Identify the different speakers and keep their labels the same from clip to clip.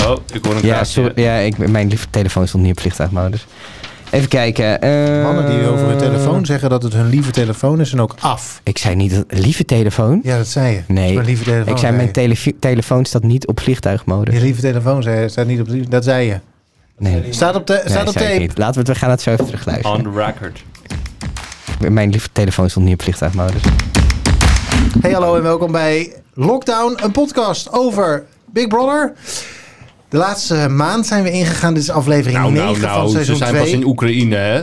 Speaker 1: Oh, ik hoor een
Speaker 2: Ja,
Speaker 1: kraakje.
Speaker 2: sorry, ja ik, mijn lief- telefoon stond niet op vliegtuigmodus. Even kijken. eh,
Speaker 3: Mannen die over hun telefoon zeggen dat het hun lieve telefoon is en ook af.
Speaker 2: Ik zei niet dat- lieve telefoon.
Speaker 3: Ja, dat zei je. Dat is
Speaker 2: Nee,
Speaker 3: mijn lieve telefoon.
Speaker 2: ik zei mijn
Speaker 3: telefoon.
Speaker 2: telefi- telefoon staat niet op vliegtuigmodus.
Speaker 3: Je lieve telefoon zei je, staat niet op de- Dat zei je.
Speaker 2: Nee,
Speaker 3: Staat op, de,
Speaker 2: Nee,
Speaker 3: staat op
Speaker 2: zei ik
Speaker 3: tape.
Speaker 2: niet. Laten we, het, we gaan het zo even terugluisteren.
Speaker 1: On the record.
Speaker 2: Mijn lieve telefoon stond niet op vliegtuigmodus.
Speaker 3: Hey, hallo en welkom bij Lockdown, een podcast over Big Brother. De laatste maand zijn we ingegaan. Dit is aflevering 9 van
Speaker 1: Nou, ze
Speaker 3: seizoen
Speaker 1: zijn
Speaker 3: 2.
Speaker 1: pas in Oekraïne, hè?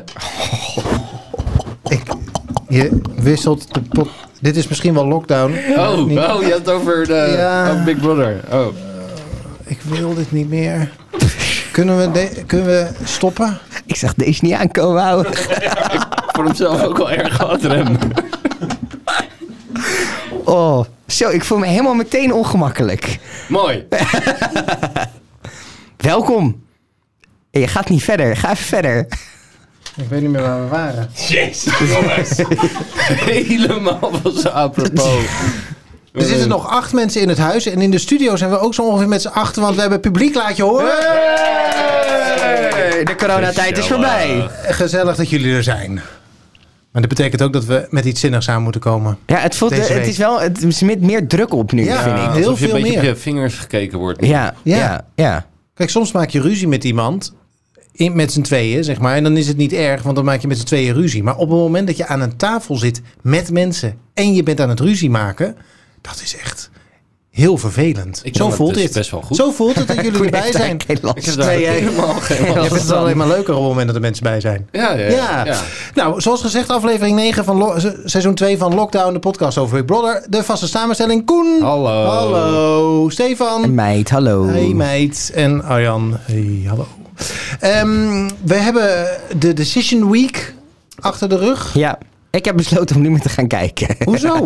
Speaker 3: Ik, je wisselt de pot. Dit is misschien wel lockdown.
Speaker 1: Oh, oh, je hebt het over de
Speaker 3: Ja.
Speaker 1: oh, Big Brother. Oh.
Speaker 3: Ik wil dit niet meer. Kunnen we, de- kunnen we stoppen?
Speaker 2: Ik zag deze niet aankomen houden.
Speaker 1: Voor hemzelf ook wel erg hard rem.
Speaker 2: Oh, zo, ik voel me helemaal meteen ongemakkelijk.
Speaker 1: Mooi.
Speaker 2: Welkom. Eh, Je gaat niet verder, ga even verder.
Speaker 3: Ik weet niet meer waar we waren.
Speaker 1: Jezus, jongens. Helemaal van z'n apropos.
Speaker 3: Er zitten nog acht mensen in het huis. En in de studio zijn we ook zo ongeveer met z'n achten. Want we hebben publiek, laat je horen.
Speaker 2: De coronatijd is voorbij.
Speaker 3: Eh, Gezellig dat jullie er zijn. Maar dat betekent ook dat we met iets zinnigs aan moeten komen.
Speaker 2: Ja, het, voelt,
Speaker 3: Deze
Speaker 2: het
Speaker 3: week.
Speaker 2: is wel het is met meer druk op nu,
Speaker 3: Ja.
Speaker 2: vind ik.
Speaker 3: heel
Speaker 1: Alsof je
Speaker 3: veel
Speaker 1: een beetje op
Speaker 3: meer.
Speaker 1: je vingers gekeken wordt.
Speaker 2: Ja, ja,
Speaker 3: Ja.
Speaker 2: ja.
Speaker 3: Kijk, soms maak je ruzie met iemand. In, met z'n tweeën, zeg maar. En dan is het niet erg, want dan maak je met z'n tweeën ruzie. Maar op het moment dat je aan een tafel zit met mensen. en je bent aan het ruzie maken. dat is echt heel vervelend.
Speaker 1: Ik kan
Speaker 3: zo
Speaker 1: het
Speaker 3: voelt
Speaker 1: dus
Speaker 3: dit.
Speaker 1: best wel goed.
Speaker 3: Zo voelt het dat jullie
Speaker 2: Koen
Speaker 3: erbij
Speaker 2: heeft daar
Speaker 3: zijn.
Speaker 2: geen last
Speaker 1: Ik heb
Speaker 2: van.
Speaker 1: daar
Speaker 3: Nee, jij-
Speaker 1: helemaal geen
Speaker 3: Je
Speaker 1: last
Speaker 3: vindt het
Speaker 1: van.
Speaker 3: alleen maar leuker op het moment dat er mensen bij zijn.
Speaker 1: Ja,
Speaker 2: Eh,
Speaker 1: ja,
Speaker 3: Ja. Nou, zoals gezegd, aflevering 9 van lo- se- seizoen 2 van Lockdown, de podcast over Big Brother. De vaste samenstelling Koen.
Speaker 1: Hallo.
Speaker 3: Hallo. Stefan.
Speaker 2: Meid, hallo.
Speaker 3: Hey meid. En Arjan. Hey, hallo. Ehm, we hebben de Decision Week achter de rug.
Speaker 2: Ja, ik heb besloten om niet meer te gaan kijken.
Speaker 3: Hoezo?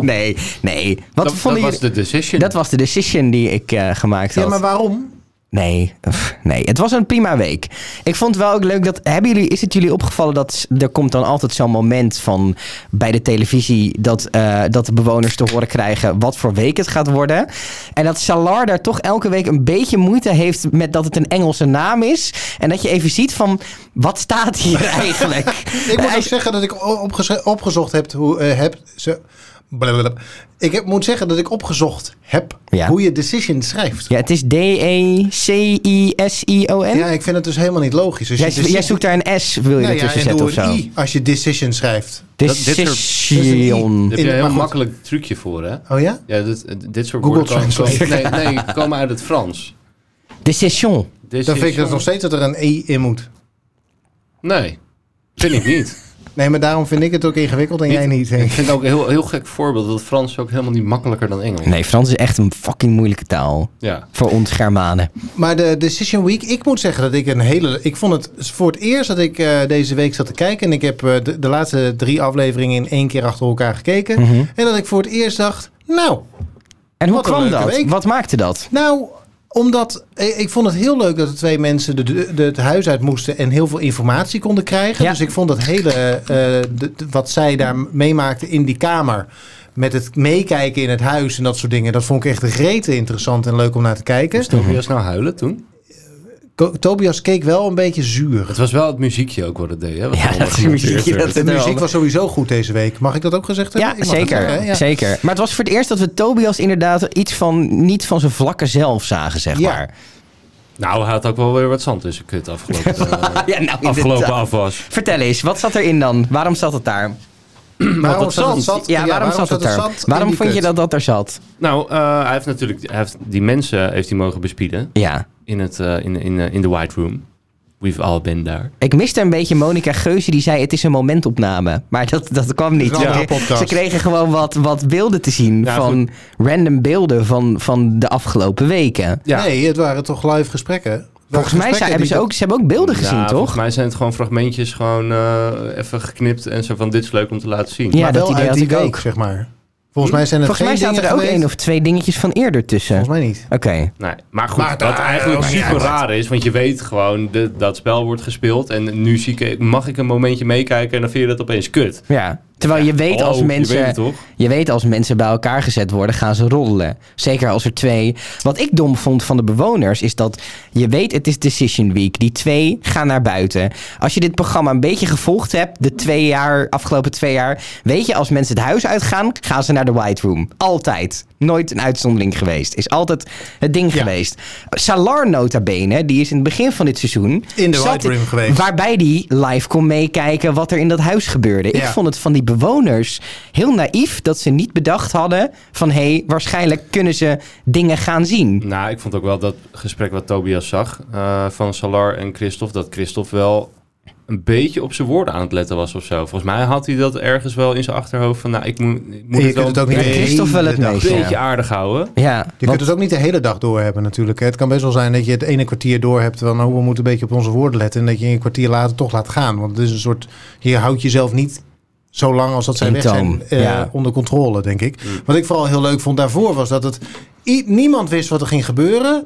Speaker 2: nee, nee. Wat
Speaker 1: Dat, dat
Speaker 2: vonden
Speaker 1: was
Speaker 2: jullie...
Speaker 1: de decision.
Speaker 2: Dat was de decision die ik eh, gemaakt had.
Speaker 3: Ja, maar waarom?
Speaker 2: Nee, pff, nee. Het was een prima week. Ik vond wel ook leuk dat. Hebben jullie, is het jullie opgevallen dat s- er komt dan altijd zo'n moment van bij de televisie dat, eh, dat de bewoners te horen krijgen wat voor week het gaat worden. En dat Salar daar toch elke week een beetje moeite heeft met dat het een Engelse naam is. En dat je even ziet van wat staat hier eigenlijk?
Speaker 3: Ik moet
Speaker 2: Hij-
Speaker 3: ook zeggen dat ik o- opgezo- opgezocht heb hoe eh, heb ze. blablabla. Ik heb, moet zeggen dat ik opgezocht heb
Speaker 2: Ja.
Speaker 3: hoe je decision schrijft.
Speaker 2: ja, het is E D-E-C-I-S-I-O-N.
Speaker 3: Ja, ik vind het dus helemaal niet logisch. Als
Speaker 2: Jij,
Speaker 3: je deci-
Speaker 2: jij zoekt daar een S, wil je
Speaker 3: Nou
Speaker 2: er
Speaker 3: ja,
Speaker 2: tussen
Speaker 3: en
Speaker 2: zetten
Speaker 3: doe
Speaker 2: of zo?
Speaker 3: een I als je decision schrijft.
Speaker 1: Dat- dit soort-
Speaker 2: Decision.
Speaker 1: Daar heb je
Speaker 3: In-
Speaker 1: een
Speaker 3: maar
Speaker 1: heel
Speaker 3: goed.
Speaker 1: makkelijk trucje voor, hè?
Speaker 3: Oh ja?
Speaker 1: Ja, dit, dit soort
Speaker 3: Google
Speaker 1: woorden komen,
Speaker 3: Translate.
Speaker 1: komen, nee, nee, komen uit het Frans.
Speaker 2: Decision.
Speaker 3: Dan vind ik dat nog steeds dat er een E in moet.
Speaker 1: Nee, vind ik niet.
Speaker 3: Nee, maar daarom vind ik het ook ingewikkeld en jij niet.
Speaker 1: Ik
Speaker 3: Henk.
Speaker 1: vind het ook een heel, heel gek voorbeeld dat Frans is ook helemaal niet makkelijker dan Engels.
Speaker 2: Nee, Frans is echt een fucking moeilijke taal.
Speaker 1: Ja.
Speaker 2: Voor ons Germanen.
Speaker 3: Maar de Decision Week, ik moet zeggen dat ik een hele... Ik vond het voor het eerst dat ik eh, deze week zat te kijken. En ik heb eh, de, de laatste drie afleveringen in één keer achter elkaar gekeken.
Speaker 2: Mhm.
Speaker 3: En dat ik voor het eerst dacht, nou,
Speaker 2: En hoe
Speaker 3: Wat een
Speaker 2: kwam
Speaker 3: leuke
Speaker 2: dat?
Speaker 3: week.
Speaker 2: Wat maakte dat?
Speaker 3: Nou, omdat eh, ik vond het heel leuk dat de twee mensen de, de, de- het huis uit moesten en heel veel informatie konden krijgen.
Speaker 2: Ja.
Speaker 3: Dus ik vond dat hele, eh, de- de- wat zij daar meemaakten in die kamer. Met het meekijken in het huis en dat soort dingen. Dat vond ik echt rete interessant en leuk om naar te kijken.
Speaker 1: Moest
Speaker 2: Mhm.
Speaker 1: Tobias nou huilen toen?
Speaker 3: Ko- Tobias keek wel een beetje zuur.
Speaker 1: Het was wel het muziekje ook wat het deed, hè? Wat
Speaker 2: Ja,
Speaker 1: er onder
Speaker 2: dat is een
Speaker 1: gemonteerd
Speaker 2: muziekje,
Speaker 1: werd.
Speaker 2: dat-
Speaker 3: De
Speaker 2: wel.
Speaker 3: muziek was sowieso goed deze week. Mag ik dat ook gezegd hebben?
Speaker 2: Ja,
Speaker 3: Ik mag het
Speaker 2: zeker,
Speaker 3: zeggen, hè? Ja.
Speaker 2: zeker. Maar het was voor het eerst dat we Tobias inderdaad iets van, niet van zijn vlakke zelf zagen, zeg
Speaker 3: Ja.
Speaker 2: maar.
Speaker 1: Nou, hij had ook wel weer wat zand in zijn kut afgelopen,
Speaker 3: Ah,
Speaker 1: eh,
Speaker 2: Ja, nou,
Speaker 1: afgelopen
Speaker 2: inderdaad.
Speaker 1: afwas.
Speaker 2: Vertel eens, wat zat erin dan? Waarom zat het daar?
Speaker 3: Oh, Waarom
Speaker 1: dat
Speaker 3: zat het
Speaker 1: zand.
Speaker 3: zat?
Speaker 2: Ja, waarom zat het daar?
Speaker 3: zand in
Speaker 2: Waarom
Speaker 3: die
Speaker 2: vond je
Speaker 3: kut?
Speaker 2: dat dat er zat?
Speaker 1: Nou, eh, hij heeft natuurlijk hij heeft die mensen heeft hij mogen bespieden
Speaker 2: Ja.
Speaker 1: in, het, eh, in, in, eh, in de White Room. We've all been there.
Speaker 2: Ik miste een beetje Monica Geuze die zei het is een momentopname. Maar dat, dat kwam niet.
Speaker 3: Dat is een andere
Speaker 2: Ze-
Speaker 3: podcast.
Speaker 2: Ze kregen gewoon wat, wat beelden te zien
Speaker 1: Ja,
Speaker 2: van random beelden van, van de afgelopen weken.
Speaker 1: Ja.
Speaker 3: Nee, het waren toch live gesprekken? Het waren
Speaker 2: Volgens mij
Speaker 3: gesprekken
Speaker 2: zijn, hebben
Speaker 3: die-
Speaker 2: ze, ook, ze hebben ook beelden gezien,
Speaker 1: Nou,
Speaker 2: toch?
Speaker 1: Volgens mij zijn het gewoon fragmentjes gewoon eh, even geknipt en zo van dit is leuk om te laten zien.
Speaker 2: Ja,
Speaker 3: maar
Speaker 2: dat
Speaker 3: wel
Speaker 2: idee
Speaker 3: uit
Speaker 2: had
Speaker 3: die
Speaker 2: ik
Speaker 3: week,
Speaker 2: ook.
Speaker 3: zeg maar. Volgens mij zijn het
Speaker 2: Volgens mij
Speaker 3: geen
Speaker 2: staat er
Speaker 3: dingen
Speaker 2: ook
Speaker 3: geweest.
Speaker 2: één of twee dingetjes van eerder tussen.
Speaker 3: Volgens mij niet.
Speaker 2: Oké.
Speaker 1: Nee, maar goed, dat
Speaker 3: Maar daar-
Speaker 1: eigenlijk
Speaker 3: maar ja,
Speaker 1: super
Speaker 3: goed.
Speaker 1: raar is, want je weet gewoon de, dat spel wordt gespeeld en nu zie ik, mag ik een momentje meekijken en dan vind je dat opeens kut.
Speaker 2: Ja. Terwijl je weet als
Speaker 1: Oh,
Speaker 2: mensen...
Speaker 1: Je weet het toch?
Speaker 2: Je weet, als mensen bij elkaar gezet worden, gaan ze roddelen. Zeker als er twee. Wat ik dom vond van de bewoners, is dat je weet, het is Decision Week. Die twee gaan naar buiten. Als je dit programma een beetje gevolgd hebt, de twee jaar, afgelopen twee jaar, weet je, als mensen het huis uitgaan, gaan ze naar de White Room. Altijd. Nooit een uitzondering geweest. Is altijd het ding
Speaker 3: Ja.
Speaker 2: geweest. Salar nota bene, die is in het begin van dit seizoen...
Speaker 3: In de
Speaker 2: zat-
Speaker 3: White Room geweest.
Speaker 2: Waarbij die live kon meekijken wat er in dat huis gebeurde. Ik
Speaker 3: Ja.
Speaker 2: vond het van die bewoners heel naïef dat ze niet bedacht hadden van hé, hey, waarschijnlijk kunnen ze dingen gaan zien.
Speaker 1: Nou, ik vond ook wel dat gesprek wat Tobias zag eh, van Salar en Christophe, dat Christophe wel een beetje op zijn woorden aan het letten was of zo. Volgens mij had hij dat ergens wel in zijn achterhoofd van, nou, ik moet, ik moet
Speaker 3: En je
Speaker 1: het wel
Speaker 3: kunt het ook niet
Speaker 1: een
Speaker 3: de
Speaker 1: beetje-
Speaker 2: Christophe wel het
Speaker 3: hele dag-
Speaker 2: meest,
Speaker 1: beetje
Speaker 2: ja.
Speaker 1: aardig houden.
Speaker 2: Ja,
Speaker 3: Je
Speaker 2: want-
Speaker 3: kunt het ook niet de hele dag door hebben natuurlijk. hè. Het kan best wel zijn dat je het ene kwartier door hebt van oh, we moeten een beetje op onze woorden letten. En dat je een kwartier later toch laat gaan. Want het is een soort, je houdt jezelf niet zo lang als dat zij
Speaker 2: In
Speaker 3: weg
Speaker 2: toom,
Speaker 3: zijn eh,
Speaker 2: ja.
Speaker 3: onder controle, denk ik. Wat ik vooral heel leuk vond daarvoor was dat het i- niemand wist wat er ging gebeuren.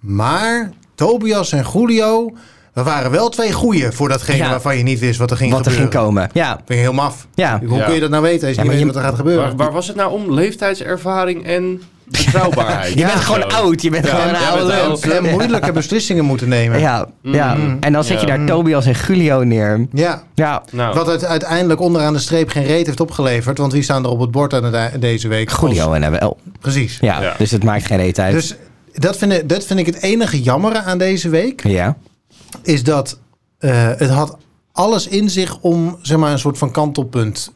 Speaker 3: Maar Tobias en Julio, we waren wel twee goeien voor datgene
Speaker 2: Ja.
Speaker 3: waarvan je niet wist wat er ging
Speaker 2: wat er
Speaker 3: gebeuren.
Speaker 2: ging komen. Ja,
Speaker 3: Vind ik heel maf.
Speaker 2: ja.
Speaker 3: Hoe
Speaker 1: Ja.
Speaker 3: kun je dat nou weten als
Speaker 2: Ja,
Speaker 3: je
Speaker 2: maar
Speaker 3: niet weet
Speaker 2: je-
Speaker 3: wat er gaat gebeuren?
Speaker 1: Waar, waar was het nou om? Leeftijdservaring en betrouwbaarheid.
Speaker 2: Je bent
Speaker 1: Zo.
Speaker 2: gewoon oud. Je bent
Speaker 1: Ja,
Speaker 2: gewoon een
Speaker 1: jij bent
Speaker 2: oude
Speaker 1: oud.
Speaker 2: lul.
Speaker 3: Ze hebben moeilijke beslissingen moeten nemen.
Speaker 2: Ja, ja. En dan zet je daar Tobias en Julio neer.
Speaker 3: Ja.
Speaker 2: Ja,
Speaker 1: Nou,
Speaker 3: Wat het uiteindelijk onderaan de streep geen reet heeft opgeleverd. Want wie staan er op het bord aan het e- deze week?
Speaker 2: Julio en wel.
Speaker 3: Als- Precies.
Speaker 2: Ja,
Speaker 1: Ja.
Speaker 2: dus het maakt geen reet uit.
Speaker 3: Dus dat vind, ik, dat vind ik het enige jammere aan deze week.
Speaker 2: ja.
Speaker 3: Is dat eh, het had alles in zich om zeg maar, een soort van kantelpunt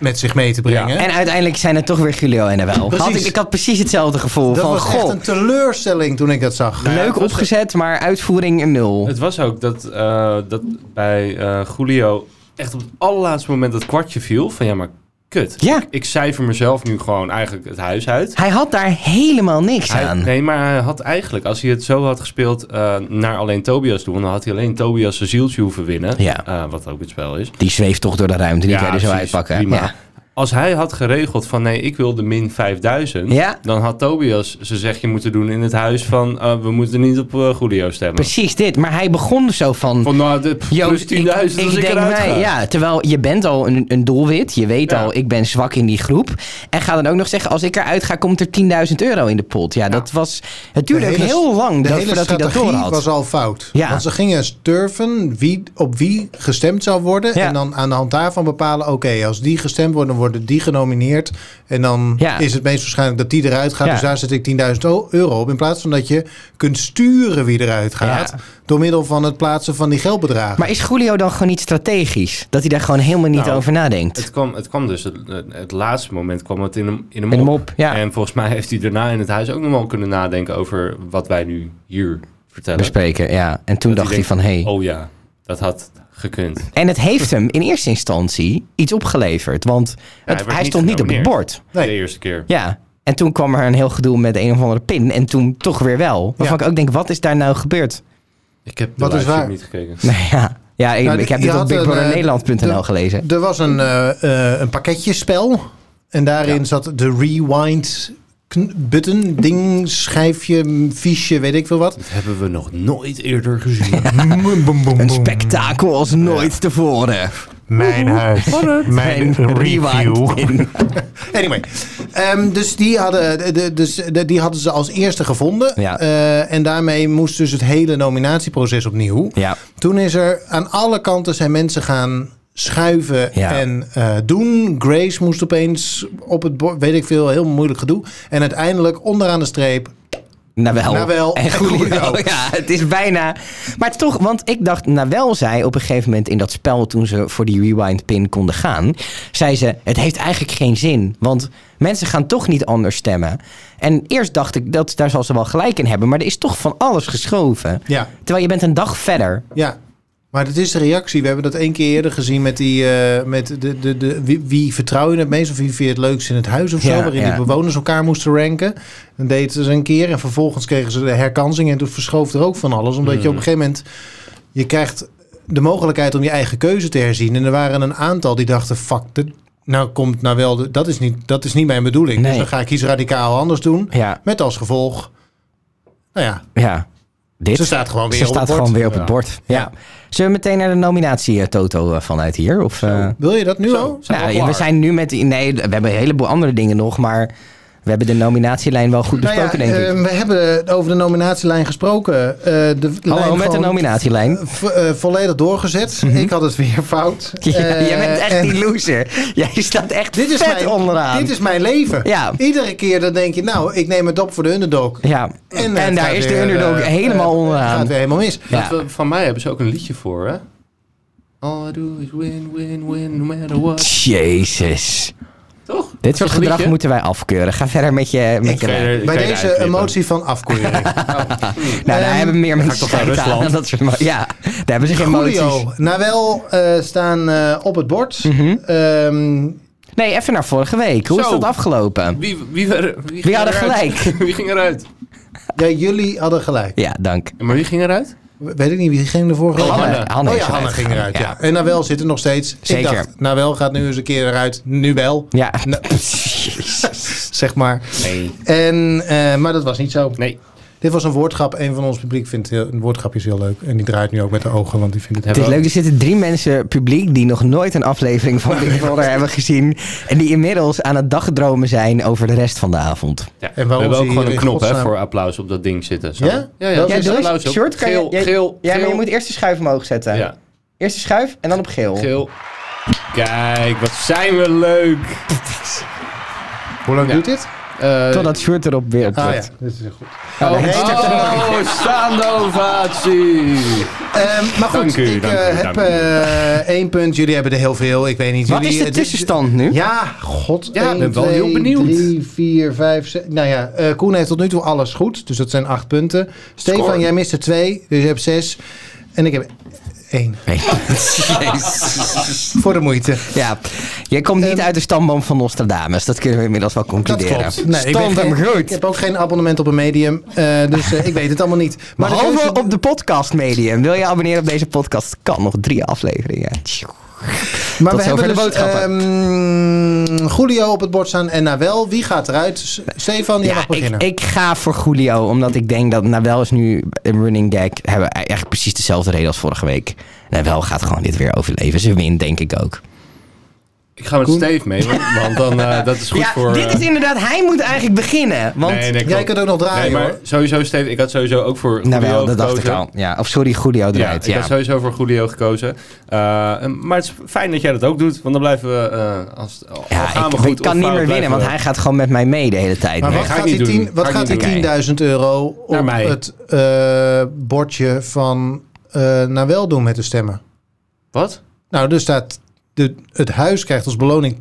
Speaker 3: met zich mee te brengen.
Speaker 2: En uiteindelijk zijn het toch weer Julio en wel. Had ik,
Speaker 3: Precies.
Speaker 2: ik had precies hetzelfde gevoel
Speaker 3: dat
Speaker 2: van,
Speaker 3: was echt
Speaker 2: goh,
Speaker 3: een teleurstelling toen ik dat zag.
Speaker 1: Nou ja,
Speaker 2: leuk
Speaker 1: het was-
Speaker 2: opgezet, maar uitvoering een nul.
Speaker 1: Het was ook dat, eh, dat bij eh Julio echt op het allerlaatste moment dat kwartje viel. Van ja, maar kut.
Speaker 2: Ja.
Speaker 1: Ik cijfer mezelf nu gewoon eigenlijk het huis uit.
Speaker 2: Hij had daar helemaal niks
Speaker 1: Hij,
Speaker 2: aan.
Speaker 1: nee, maar hij had eigenlijk, als hij het zo had gespeeld eh, naar alleen Tobias doen, dan had hij alleen Tobias zijn zieltje hoeven winnen.
Speaker 2: Ja.
Speaker 1: Eh, wat ook het spel is.
Speaker 2: Die zweeft toch door de ruimte, die
Speaker 1: Ja,
Speaker 2: kan je er zo
Speaker 1: precies,
Speaker 2: uitpakken.
Speaker 1: prima.
Speaker 2: Ja.
Speaker 1: Als hij had geregeld van nee, ik wil de min 5000,
Speaker 2: Ja.
Speaker 1: dan had Tobias zijn zegje moeten doen in het huis van eh, we moeten niet op eh, Julio stemmen.
Speaker 2: Precies dit, maar hij begon zo van...
Speaker 1: Van nou, de, pff, plus 10.000 als ik, eruit
Speaker 2: nee,
Speaker 1: ga.
Speaker 2: ja, terwijl je bent al een, een doelwit. Je weet
Speaker 1: Ja.
Speaker 2: al, ik ben zwak in die groep. En ga dan ook nog zeggen, als ik eruit ga, komt er 10.000 euro in de pot. Ja, dat was... Het duurde
Speaker 3: De
Speaker 2: ook
Speaker 3: hele-
Speaker 2: heel lang
Speaker 3: De
Speaker 2: dat,
Speaker 3: hele
Speaker 2: voordat hij dat door
Speaker 3: strategie
Speaker 2: had.
Speaker 3: was al fout.
Speaker 2: Ja.
Speaker 3: Want ze gingen sturven wie, op wie gestemd zou worden.
Speaker 2: Ja.
Speaker 3: En dan aan de hand daarvan bepalen... oké, als die gestemd worden, worden die genomineerd. En dan
Speaker 2: Ja.
Speaker 3: is het meest waarschijnlijk dat die eruit gaat.
Speaker 2: Ja.
Speaker 3: Dus daar zet ik 10.000 o- euro op. In plaats van dat je kunt sturen wie eruit gaat...
Speaker 2: Ja.
Speaker 3: door middel van het plaatsen van die geldbedragen.
Speaker 2: Maar is Julio dan gewoon niet strategisch? Dat hij daar gewoon helemaal niet
Speaker 1: Nou,
Speaker 2: over nadenkt?
Speaker 1: Het kwam, het kwam dus, het, het laatste moment kwam het in hem, in hem
Speaker 2: In
Speaker 1: op.
Speaker 2: hem op, ja.
Speaker 1: En volgens mij heeft hij daarna in het huis ook nog wel kunnen nadenken over wat wij nu hier vertellen.
Speaker 2: Bespreken, ja. En toen
Speaker 1: Dat
Speaker 2: dacht hij van,
Speaker 1: denkt,
Speaker 2: hé...
Speaker 1: Oh ja, dat had gekund.
Speaker 2: En het heeft hem in eerste instantie iets opgeleverd. Want het-
Speaker 1: werd
Speaker 2: hij,
Speaker 1: niet
Speaker 2: stond niet op het
Speaker 1: genomineerd.
Speaker 2: bord.
Speaker 3: Nee.
Speaker 1: De eerste keer.
Speaker 2: Ja. En toen kwam er een heel gedoe met een of andere pin. En toen toch weer wel. Waarvan
Speaker 3: Ja.
Speaker 2: ik ook denk, wat is daar nou gebeurd?
Speaker 1: Ik heb de
Speaker 3: Wat is
Speaker 1: livestream
Speaker 3: waar?
Speaker 1: niet gekeken.
Speaker 2: Nou ja, ja ik,
Speaker 3: Nou,
Speaker 2: ik heb
Speaker 3: je
Speaker 2: dit op
Speaker 3: had een, eh,
Speaker 2: bigbrothernederland.nl
Speaker 3: de-
Speaker 2: gelezen.
Speaker 3: Er was een, eh, eh, een pakketjespel. En daarin zat de rewind... kn- Button, ding, schijfje, m, fiche, weet ik veel wat.
Speaker 1: Dat hebben we nog nooit eerder gezien.
Speaker 2: Een spektakel als nooit tevoren.
Speaker 4: Mijn huis. Mijn review.
Speaker 2: rewind.
Speaker 3: Anyway, Ehm, dus, die hadden, de- de- dus de- die hadden ze als eerste gevonden.
Speaker 2: Ja.
Speaker 3: Eh, en daarmee moest dus het hele nominatieproces opnieuw.
Speaker 2: Ja,
Speaker 3: Toen is er aan alle kanten zijn mensen gaan schuiven
Speaker 2: Ja.
Speaker 3: en eh, doen. Grace moest opeens op het bord, weet ik veel, heel moeilijk gedoe. En uiteindelijk onderaan de streep.
Speaker 2: Nawel.
Speaker 3: Nawel
Speaker 2: En
Speaker 3: en
Speaker 2: Julio.
Speaker 3: Julio.
Speaker 2: Ja, het is bijna. Maar toch, want ik dacht, Nawel zei op een gegeven moment in dat spel toen ze voor die rewind pin konden gaan, zei ze: Het heeft eigenlijk geen zin, want mensen gaan toch niet anders stemmen. En eerst dacht ik, dat, daar zal ze wel gelijk in hebben, maar er is toch van alles geschoven.
Speaker 3: Ja,
Speaker 2: Terwijl je bent een dag verder.
Speaker 3: ja. Maar dat is de reactie. We hebben dat één keer eerder gezien met, die, eh, met de, de, de, wie, wie vertrouw je het meest of wie vind je het leukst in het huis of zo.
Speaker 2: Ja,
Speaker 3: waarin
Speaker 2: ja.
Speaker 3: die bewoners elkaar moesten ranken. Dan deden ze dus een keer en vervolgens kregen ze de herkansing. En toen verschoof er ook van alles. Omdat
Speaker 2: Hmm.
Speaker 3: je op een gegeven moment, je krijgt de mogelijkheid om je eigen keuze te herzien. En er waren een aantal die dachten, fuck, dit, nou komt nou wel, de- dat is niet, dat is niet mijn bedoeling.
Speaker 2: Nee.
Speaker 3: Dus dan ga ik iets radicaal anders doen.
Speaker 2: Ja,
Speaker 3: Met als gevolg, nou ja,
Speaker 2: ja. Dit.
Speaker 3: ze staat gewoon weer
Speaker 2: Ze
Speaker 3: op het
Speaker 2: staat
Speaker 3: bord.
Speaker 2: gewoon weer op
Speaker 1: Ja.
Speaker 2: het bord. Ja.
Speaker 3: Ja.
Speaker 2: Zullen we meteen naar de nominatie eh, Toto eh, vanuit hier? Of, eh,
Speaker 3: Wil je dat nu
Speaker 1: Zo,
Speaker 3: al?
Speaker 1: zijn we
Speaker 2: nou,
Speaker 1: al
Speaker 2: we
Speaker 1: klaar?
Speaker 2: zijn nu met... die- Nee, we hebben een heleboel andere dingen nog, maar... We hebben de nominatielijn wel goed
Speaker 3: Nou ja,
Speaker 2: besproken, denk ik.
Speaker 3: eh, we hebben over de nominatielijn gesproken. Eh, de
Speaker 2: Hallo, Oh,
Speaker 3: lijn
Speaker 2: met
Speaker 3: gewoon
Speaker 2: de nominatielijn.
Speaker 3: v- eh, volledig doorgezet. Ik had het weer fout.
Speaker 2: Ja,
Speaker 3: Eh,
Speaker 2: jij bent echt
Speaker 3: en
Speaker 2: die loser. Jij staat echt
Speaker 3: dit is,
Speaker 2: vet
Speaker 3: mijn,
Speaker 2: onderaan.
Speaker 3: dit is mijn leven.
Speaker 2: Ja.
Speaker 3: Iedere keer dan denk je, nou, ik neem het op voor de underdog.
Speaker 2: ja.
Speaker 3: het
Speaker 2: En,
Speaker 3: gaat
Speaker 2: daar is de
Speaker 3: weer,
Speaker 2: underdog
Speaker 3: eh,
Speaker 2: helemaal
Speaker 3: eh,
Speaker 2: onderaan.
Speaker 3: gaat weer helemaal mis.
Speaker 2: Ja.
Speaker 1: Dat we- van mij hebben ze ook een liedje voor, hè? All I do is win, win, win, no matter what.
Speaker 2: Jezus.
Speaker 1: Toch?
Speaker 2: Dit soort
Speaker 1: Toch een
Speaker 2: gedrag
Speaker 1: liedje?
Speaker 2: moeten wij afkeuren. Ga verder met je... Met
Speaker 1: Ik
Speaker 2: je
Speaker 1: ga
Speaker 2: lijn.
Speaker 1: je- ik
Speaker 3: Bij
Speaker 1: ga je
Speaker 3: deze
Speaker 1: eruit
Speaker 3: een
Speaker 1: knippen.
Speaker 3: motie van afkeuring.
Speaker 2: Nou, daar
Speaker 3: Ehm,
Speaker 2: hebben meer
Speaker 1: ga ik
Speaker 2: mensen
Speaker 1: toch naar
Speaker 2: scheid aan
Speaker 1: Rusland?
Speaker 2: dan dat soort mo- Ja, daar hebben ze geen emoties.
Speaker 3: Julio, Nawel eh, staan eh, op het bord.
Speaker 2: Mhm.
Speaker 3: Ehm,
Speaker 2: Nee, even naar vorige week. Hoe is
Speaker 1: Zo.
Speaker 2: dat afgelopen?
Speaker 1: Wie, wie, wie, wie,
Speaker 2: Wie hadden
Speaker 1: eruit?
Speaker 2: gelijk?
Speaker 1: wie ging eruit?
Speaker 3: ja, jullie hadden gelijk.
Speaker 2: Ja, dank.
Speaker 1: Ja, Maar wie ging eruit?
Speaker 3: Weet ik niet, wie ging er vorige
Speaker 1: Hanne.
Speaker 3: week?
Speaker 2: Hanne
Speaker 3: oh
Speaker 2: is
Speaker 3: ja, Hanne
Speaker 2: eruit
Speaker 3: ging
Speaker 2: gegaan,
Speaker 3: eruit.
Speaker 2: ja.
Speaker 3: Ja. En Nawel zit er nog steeds.
Speaker 2: Zeker.
Speaker 3: Ik dacht, Nawel gaat nu eens een keer eruit. Nu wel.
Speaker 2: Ja.
Speaker 3: Nou, zeg maar.
Speaker 1: Nee.
Speaker 3: En, eh, maar dat was niet zo.
Speaker 1: Nee.
Speaker 3: Dit was een woordgrap. Een van ons publiek vindt heel, een woordgrapjes heel leuk. En die draait nu ook met de ogen, want die vindt het
Speaker 2: Het is leuk, er zitten drie mensen publiek die nog nooit een aflevering van Big Brother hebben gezien. En die inmiddels aan het dagdromen zijn over de rest van de avond.
Speaker 1: Ja.
Speaker 3: waarom
Speaker 1: we hebben
Speaker 3: zie
Speaker 1: ook
Speaker 3: je
Speaker 1: gewoon een
Speaker 3: in
Speaker 1: knop hè,
Speaker 3: godsnaam-
Speaker 1: voor applaus op dat ding zitten. snap
Speaker 3: Ja?
Speaker 1: je? Ja,
Speaker 3: Ja,
Speaker 1: ja.
Speaker 3: doe
Speaker 1: dus
Speaker 2: nou
Speaker 1: applaus op.
Speaker 2: Short, kan je-
Speaker 1: geel,
Speaker 2: jij-
Speaker 1: geel,
Speaker 2: ja, maar
Speaker 1: geel,
Speaker 2: je moet eerst de schuif omhoog zetten.
Speaker 1: Ja,
Speaker 2: Eerst de schuif en dan op geel.
Speaker 1: geel. Kijk, wat zijn we leuk.
Speaker 3: Hoe lang
Speaker 1: Ja.
Speaker 3: duurt dit?
Speaker 1: Eh,
Speaker 2: Totdat Sjoerd erop weer op
Speaker 3: Ah ja,
Speaker 2: drukt.
Speaker 3: dit is goed.
Speaker 1: Oh,
Speaker 2: hij staat er
Speaker 1: oh, staande ovatie.
Speaker 3: Ehm, maar goed,
Speaker 1: Dank u,
Speaker 3: ik
Speaker 1: dank
Speaker 3: eh,
Speaker 1: u,
Speaker 3: heb
Speaker 1: dank u.
Speaker 3: eh, één punt. Jullie hebben er heel veel. Ik weet niet.
Speaker 2: Wat
Speaker 3: jullie,
Speaker 2: is de
Speaker 3: het
Speaker 2: tussenstand nu?
Speaker 3: Ja, god.
Speaker 1: Ja,
Speaker 3: Eén,
Speaker 1: ik ben wel heel
Speaker 3: twee,
Speaker 1: benieuwd.
Speaker 3: Drie, vier, vijf, zes. Nou ja, eh, Koen heeft tot nu toe alles goed. Dus dat zijn acht punten. Stefan, jij mist er twee. Dus je hebt zes. En ik heb één. Voor de moeite.
Speaker 2: Ja, jij komt niet uit de stamboom van Nostradamus. Dat kunnen we inmiddels wel
Speaker 3: Dat
Speaker 2: concluderen.
Speaker 3: klopt. Nee, ik,
Speaker 2: Stand
Speaker 3: ben
Speaker 2: hem
Speaker 3: geen-
Speaker 2: groot.
Speaker 3: ik heb ook geen abonnement op een medium. eh, dus eh, ik weet het allemaal niet.
Speaker 2: Maar
Speaker 3: de
Speaker 2: Behalve
Speaker 3: keuze-
Speaker 2: op de podcast medium. Wil je abonneren op deze podcast? Kan nog drie afleveringen. Tjoe.
Speaker 3: maar
Speaker 2: tot
Speaker 3: we
Speaker 2: zover de
Speaker 3: hebben dus, ehm, Julio op het bord staan en Nawel. Wie gaat eruit? S- Stefan, jij mag
Speaker 2: ik,
Speaker 3: beginnen.
Speaker 2: ik ga voor Julio, omdat ik denk dat Nawel is nu een running gag. Hebben we eigenlijk precies dezelfde reden als vorige week. Nawel gaat gewoon dit weer overleven. Ze wint, denk ik ook.
Speaker 1: Ik ga met Steve mee, want, want dan, eh, dat is goed
Speaker 2: ja,
Speaker 1: voor...
Speaker 2: dit
Speaker 1: eh,
Speaker 2: is inderdaad... Hij moet eigenlijk beginnen. Want
Speaker 1: nee, nee,
Speaker 3: Jij
Speaker 1: klopt.
Speaker 3: kunt ook nog draaien
Speaker 1: Nee, maar
Speaker 3: hoor.
Speaker 1: sowieso Steve, ik had sowieso ook voor Julio
Speaker 2: Nawel, Nou, dat dacht ik
Speaker 1: gekozen.
Speaker 2: al. Ja, of sorry, Julio
Speaker 1: Ja,
Speaker 2: eruit.
Speaker 1: ik
Speaker 2: Ja,
Speaker 1: had sowieso voor Julio gekozen. Eh, maar het is fijn dat jij dat ook doet, want dan blijven we... eh als, al
Speaker 2: Ja,
Speaker 1: gaan
Speaker 2: ik,
Speaker 1: we
Speaker 2: ik
Speaker 1: goed, of
Speaker 2: kan niet
Speaker 1: fout,
Speaker 2: meer winnen,
Speaker 1: blijven
Speaker 2: want
Speaker 1: we-
Speaker 2: hij gaat gewoon met mij mee de hele tijd.
Speaker 3: Maar
Speaker 2: Nee.
Speaker 3: wat
Speaker 1: ga ik
Speaker 3: gaat,
Speaker 1: niet
Speaker 3: die,
Speaker 1: doen.
Speaker 3: tien, wat
Speaker 1: Ga ik
Speaker 3: gaat die
Speaker 1: niet
Speaker 2: doen.
Speaker 3: 10.000 euro op
Speaker 1: Naar mij.
Speaker 3: het eh, bordje van eh Nawel doen met de stemmen?
Speaker 1: Wat?
Speaker 3: Nou, er staat... De, het huis krijgt als beloning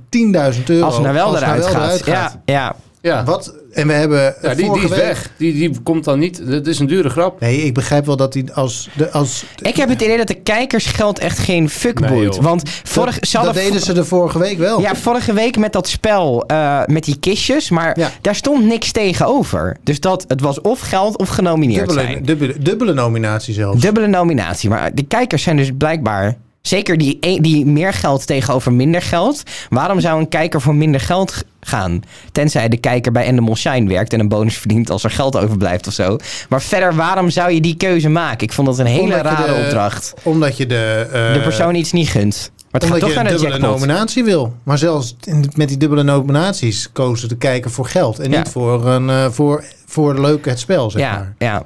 Speaker 3: 10.000 euro.
Speaker 2: Als Nawel
Speaker 3: als
Speaker 2: eruit
Speaker 3: Nawel
Speaker 2: gaat. Ja, ja.
Speaker 1: Ja,
Speaker 3: Wat? En we hebben
Speaker 1: ja
Speaker 3: eh,
Speaker 1: die, die
Speaker 3: vorige
Speaker 1: is
Speaker 3: week-
Speaker 1: weg. Die, die komt dan niet. Dat is een dure grap.
Speaker 3: Nee, ik begrijp wel dat hij als... De, als
Speaker 2: Ik heb het idee dat de kijkers geld echt geen fuck
Speaker 1: Nee,
Speaker 2: boeit.
Speaker 1: joh.
Speaker 2: want vorig,
Speaker 3: dat,
Speaker 2: ze hadden
Speaker 3: dat deden ze de vorige week wel.
Speaker 2: Ja, vorige week met dat spel eh, met die kistjes. Maar
Speaker 3: Ja.
Speaker 2: daar stond niks tegenover. Dus dat, het was of geld of genomineerd
Speaker 3: dubbele,
Speaker 2: zijn.
Speaker 3: dubbele, dubbele nominatie zelfs.
Speaker 2: Dubbele nominatie. Maar de kijkers zijn dus blijkbaar... Zeker die, een- die meer geld tegenover minder geld. Waarom zou een kijker voor minder geld g- gaan? Tenzij de kijker bij Endemol Shine werkt en een bonus verdient als er geld overblijft of zo. Maar verder, waarom zou je die keuze maken? Ik vond dat een hele
Speaker 3: Omdat je
Speaker 2: rare
Speaker 3: de-
Speaker 2: opdracht.
Speaker 3: Omdat je de... eh,
Speaker 2: De persoon iets niet gunt. Maar het gaat
Speaker 3: omdat
Speaker 2: toch
Speaker 3: je
Speaker 2: naar
Speaker 3: een
Speaker 2: de
Speaker 3: dubbele
Speaker 2: jackpot.
Speaker 3: nominatie wil. Maar zelfs in- met die dubbele nominaties kozen de kijker voor geld. En
Speaker 2: Ja.
Speaker 3: niet voor, een, eh, voor, voor leuk het spel, zeg
Speaker 2: ja,
Speaker 3: maar.
Speaker 2: ja.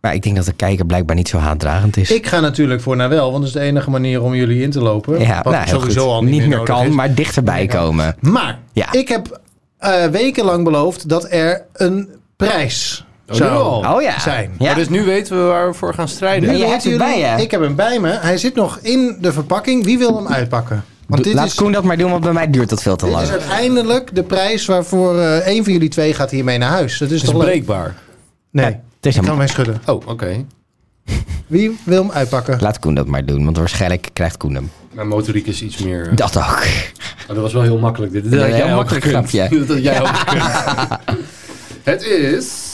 Speaker 2: Maar ik denk dat de kijker blijkbaar niet zo haatdragend is.
Speaker 3: Ik ga natuurlijk voor Nawel, want dat is de enige manier om jullie in te lopen.
Speaker 2: ja,
Speaker 3: Wat
Speaker 2: nou, heel
Speaker 3: sowieso
Speaker 2: goed.
Speaker 3: al
Speaker 2: niet,
Speaker 3: niet,
Speaker 2: meer
Speaker 3: nodig
Speaker 2: kan,
Speaker 3: is.
Speaker 2: maar dichterbij komen.
Speaker 3: Maar
Speaker 2: Ja.
Speaker 3: ik heb eh, wekenlang beloofd dat er een prijs
Speaker 1: Oh, nu
Speaker 3: zou
Speaker 1: al?
Speaker 2: Oh ja.
Speaker 3: zijn.
Speaker 2: Ja.
Speaker 1: Maar dus nu weten we waar we voor gaan strijden.
Speaker 2: Ja, je
Speaker 3: Nu weten
Speaker 2: hebt hem
Speaker 3: jullie,
Speaker 2: bij je.
Speaker 3: Ik heb hem bij me. Hij zit nog in de verpakking. Wie wil hem uitpakken?
Speaker 2: Doe-
Speaker 3: Want dit
Speaker 2: Laat
Speaker 3: is,
Speaker 2: Koen dat maar doen, want bij mij duurt dat veel te
Speaker 3: dit
Speaker 2: lang.
Speaker 3: is uiteindelijk de prijs waarvoor eh, één van jullie twee gaat hiermee naar huis. Dat is,
Speaker 1: Het is
Speaker 3: toch leuk?
Speaker 1: breekbaar.
Speaker 3: Nee,
Speaker 2: Ja, het is
Speaker 3: ik
Speaker 2: hem.
Speaker 3: kan mij schudden.
Speaker 1: Oh, oké.
Speaker 3: Wie wil hem uitpakken?
Speaker 2: Laat Koen dat maar doen, want waarschijnlijk krijgt Koen hem.
Speaker 1: Mijn motoriek is iets meer... eh,
Speaker 2: Dat ook.
Speaker 1: oh, dat was wel heel makkelijk. Dit. Dat
Speaker 2: Ja,
Speaker 1: had jij
Speaker 2: heel
Speaker 1: ook
Speaker 2: makkelijk
Speaker 1: gekund.
Speaker 2: grapje.
Speaker 1: Dat had jij ook gekund. Het is...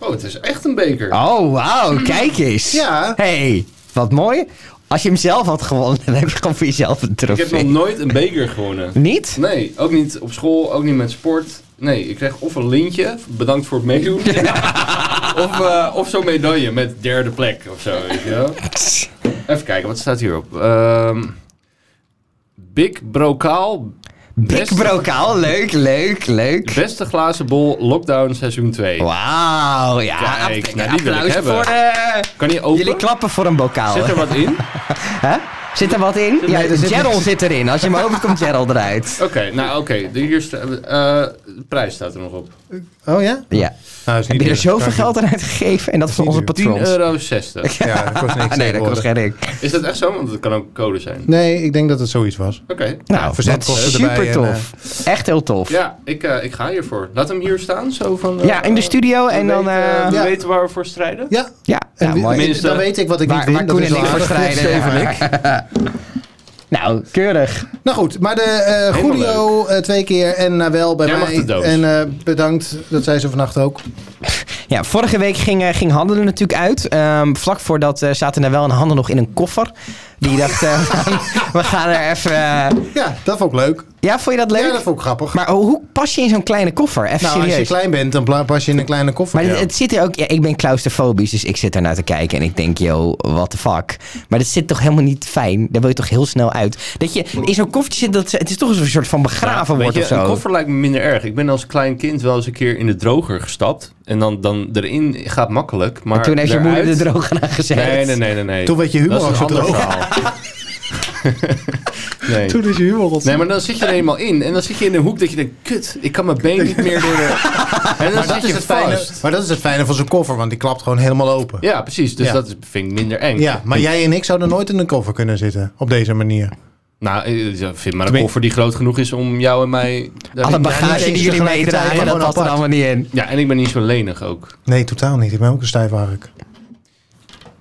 Speaker 1: Oh, het is echt een beker.
Speaker 2: Oh, wauw, kijk eens.
Speaker 3: Ja.
Speaker 2: hey, wat mooi. Als je hem zelf had gewonnen, dan heb je gewoon voor jezelf een
Speaker 1: ik heb
Speaker 2: trofee.
Speaker 1: nog nooit een beker gewonnen.
Speaker 2: Niet?
Speaker 1: Nee, ook niet op school, ook niet met sport. Nee, ik kreeg of een lintje, bedankt voor het meedoen. Of, eh, of zo'n medaille met derde plek of zo. Weet je wel. Even kijken, wat staat hierop? Ehm Big Brokaal.
Speaker 2: Big brokaal, leuk, leuk, leuk.
Speaker 1: Beste glazen bol, lockdown seizoen 2.
Speaker 2: Wauw, ja.
Speaker 1: Kijk, nou, die wil ik
Speaker 2: applaus
Speaker 1: hebben.
Speaker 2: voor eh,
Speaker 1: Kan je open?
Speaker 2: Jullie klappen voor een bokaal.
Speaker 1: Zit er wat in? Oké,
Speaker 2: Hè? Zit er wat in? Ja,
Speaker 3: Nee, er zit
Speaker 2: Gerald
Speaker 3: niks.
Speaker 2: zit erin. Als je hem opent, komt Gerald eruit.
Speaker 1: nou oké. de- Hier sta- eh, de prijs staat er nog op.
Speaker 3: Oh ja?
Speaker 2: Ja.
Speaker 3: Nou, is niet
Speaker 2: Heb je er
Speaker 3: duur.
Speaker 2: zoveel
Speaker 3: Dank je.
Speaker 2: geld aan uitgegeven? En dat voor onze
Speaker 3: niet duur.
Speaker 1: 10,60
Speaker 2: patrons.
Speaker 1: euro.
Speaker 3: Ja, dat kost niks.
Speaker 2: Ah, nee, dat kost
Speaker 3: tegenwoordig.
Speaker 2: geen rik.
Speaker 1: Is dat echt zo? Want het kan ook code zijn. Oké.
Speaker 3: Nee, ik denk dat het zoiets was.
Speaker 2: Nou, dat
Speaker 3: verzendkosten
Speaker 2: is
Speaker 3: erbij
Speaker 2: super
Speaker 3: en, eh,
Speaker 2: tof. Echt heel tof. Ja,
Speaker 1: Ja, ik, eh, ik ga hiervoor. Laat hem hier staan, zo van... eh,
Speaker 2: in de studio en
Speaker 1: we
Speaker 2: dan...
Speaker 1: weten,
Speaker 2: eh,
Speaker 1: we
Speaker 3: ja.
Speaker 1: weten waar we voor strijden.
Speaker 3: Ja,
Speaker 2: ja,
Speaker 3: ehm, en
Speaker 2: ja,
Speaker 3: wie-
Speaker 2: mooi.
Speaker 1: Tenminste,
Speaker 3: dan weet ik wat ik
Speaker 2: waar-
Speaker 3: niet win.
Speaker 2: waar
Speaker 3: dat
Speaker 2: Koen
Speaker 3: is
Speaker 2: en ik
Speaker 3: wel
Speaker 2: voor
Speaker 3: aardig.
Speaker 2: strijden.
Speaker 3: Steven en ik.
Speaker 2: Nou, keurig.
Speaker 3: Nou goed, maar de eh
Speaker 1: Helemaal
Speaker 3: Julio eh, twee keer en Nawel bij
Speaker 1: Jij mag
Speaker 3: mij.
Speaker 1: de doos.
Speaker 3: En eh, bedankt, dat zei ze vannacht ook.
Speaker 2: Ja, vorige week ging, eh, ging Handel er natuurlijk uit. Ehm, vlak voordat eh, zaten daar wel een Handel nog in een koffer. Die dacht, eh, we gaan- we gaan er even... eh,
Speaker 3: Ja, dat vond ik leuk.
Speaker 2: Ja, vond je dat
Speaker 3: Ja,
Speaker 2: leuk?
Speaker 3: dat vond ik grappig.
Speaker 2: Maar hoe- hoe pas je in zo'n kleine koffer? Even
Speaker 3: nou, als je
Speaker 2: serieus.
Speaker 3: klein bent, dan pla- pas je in een kleine koffer.
Speaker 2: Maar
Speaker 3: Ja.
Speaker 2: het, het zit er ook... Ja, ik ben claustrofobisch, dus ik zit ernaar te kijken en ik denk, yo, what the fuck. Maar dat zit toch helemaal niet fijn? Daar wil je toch heel snel uit? Dat je in zo'n koffertje zit, dat, ze- het is toch een soort van begraven
Speaker 1: Ja, weet
Speaker 2: wordt of
Speaker 1: je, Een
Speaker 2: zo.
Speaker 1: koffer lijkt me minder erg. Ik ben als klein kind wel eens een keer in de droger gestapt. En dan, dan erin gaat makkelijk. Maar
Speaker 2: En toen heeft je moeder
Speaker 1: eruit-
Speaker 2: de droger aan gezet.
Speaker 1: Nee, nee, nee, nee. nee.
Speaker 3: Toen werd je humor
Speaker 1: Dat is een
Speaker 3: ook zo
Speaker 1: ander
Speaker 3: droog.
Speaker 1: verhaal. nee.
Speaker 3: Toen is je humor ontstaan.
Speaker 1: Nee, maar dan zit je er eenmaal in. En dan zit je in een hoek dat je denkt... Kut, ik kan mijn been niet meer door de... En dan
Speaker 3: Maar
Speaker 1: zit
Speaker 3: dat,
Speaker 1: je
Speaker 3: is het fijne,
Speaker 1: vast.
Speaker 3: maar dat is het fijne van zo'n koffer, want die klapt gewoon helemaal open. Ja,
Speaker 1: Ja, precies. Dus
Speaker 3: Ja.
Speaker 1: dat is, vind ik minder eng.
Speaker 3: maar jij en ik zouden nooit in een koffer kunnen zitten op deze manier.
Speaker 1: Nou, ik eh, vind maar een
Speaker 3: Tenmin-
Speaker 1: koffer die groot genoeg is om jou en mij...
Speaker 2: Alle
Speaker 3: Ja,
Speaker 2: bagage
Speaker 3: niet
Speaker 2: die jullie
Speaker 3: tegelijkertijd,
Speaker 2: meedragen,
Speaker 3: maar
Speaker 2: dat
Speaker 3: gewoon
Speaker 2: past er
Speaker 3: apart.
Speaker 2: allemaal niet in.
Speaker 1: Ja, en ik ben niet zo lenig ook.
Speaker 3: Nee, totaal niet. Ik ben ook een stijfhark.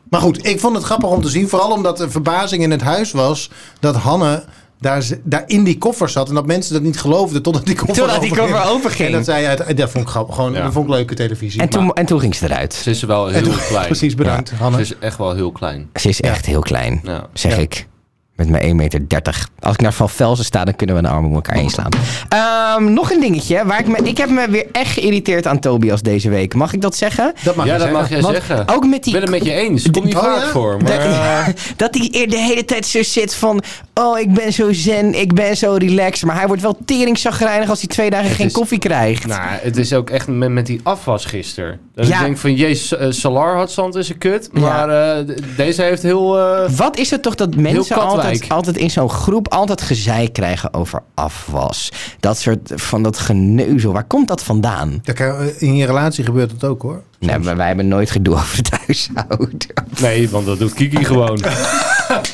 Speaker 3: Maar goed, ik vond het grappig om te zien. Vooral omdat de verbazing in het huis was dat Hanne daar, z- daar in die koffer zat. En dat mensen dat niet geloofden totdat die koffer
Speaker 2: Totdat die
Speaker 3: openging.
Speaker 2: koffer openging.
Speaker 3: En dat, zei uit, dat vond ik grappig. Gewoon,
Speaker 1: Ja.
Speaker 3: Dat vond ik leuke televisie.
Speaker 2: En toen, en toen ging ze eruit.
Speaker 1: Ze Dus is wel heel
Speaker 3: En toen-
Speaker 1: klein.
Speaker 3: Precies, bedankt Hanne.
Speaker 1: Ze is echt wel heel klein.
Speaker 2: Ze is echt heel klein,
Speaker 1: Ja.
Speaker 2: zeg
Speaker 3: Ja.
Speaker 2: ik. Met mijn 1,30 meter. Als ik naar Van Velzen sta, dan kunnen we de armen om elkaar heen slaan. Ehm, nog een dingetje. Waar ik, me, ik heb me weer echt geïrriteerd aan Tobias deze week. Mag ik dat zeggen?
Speaker 3: dat mag
Speaker 1: ja,
Speaker 3: je
Speaker 1: dat
Speaker 3: zeggen.
Speaker 1: mag jij
Speaker 2: Want
Speaker 1: zeggen.
Speaker 2: Ook met
Speaker 1: ik
Speaker 2: die
Speaker 1: ben het met je eens. Komt niet
Speaker 3: Oh,
Speaker 1: vaak
Speaker 3: ja?
Speaker 1: voor, maar... eh,
Speaker 2: dat hij er de hele tijd zo zit van... Oh, ik ben zo zen, ik ben zo relaxed. Maar hij wordt wel teringzagrijnig als hij twee dagen geen
Speaker 1: is-
Speaker 2: koffie krijgt.
Speaker 1: nou, het is ook echt met, met die afwas gisteren. Dat
Speaker 2: Ja.
Speaker 1: ik denk van, jezus, eh, Salar had zand in zijn kut.
Speaker 2: Ja.
Speaker 1: Maar eh, d- deze heeft heel... eh,
Speaker 2: Wat is het toch dat mensen
Speaker 1: Katwijk.
Speaker 2: altijd, altijd in zo'n groep altijd gezeik krijgen over afwas? Dat soort van dat geneuzel. Waar komt dat vandaan?
Speaker 3: Dat kan- In je relatie gebeurt dat ook hoor.
Speaker 2: Nee, maar wij hebben nooit gedoe over het huishouden.
Speaker 1: Nee, want dat doet Kiki gewoon.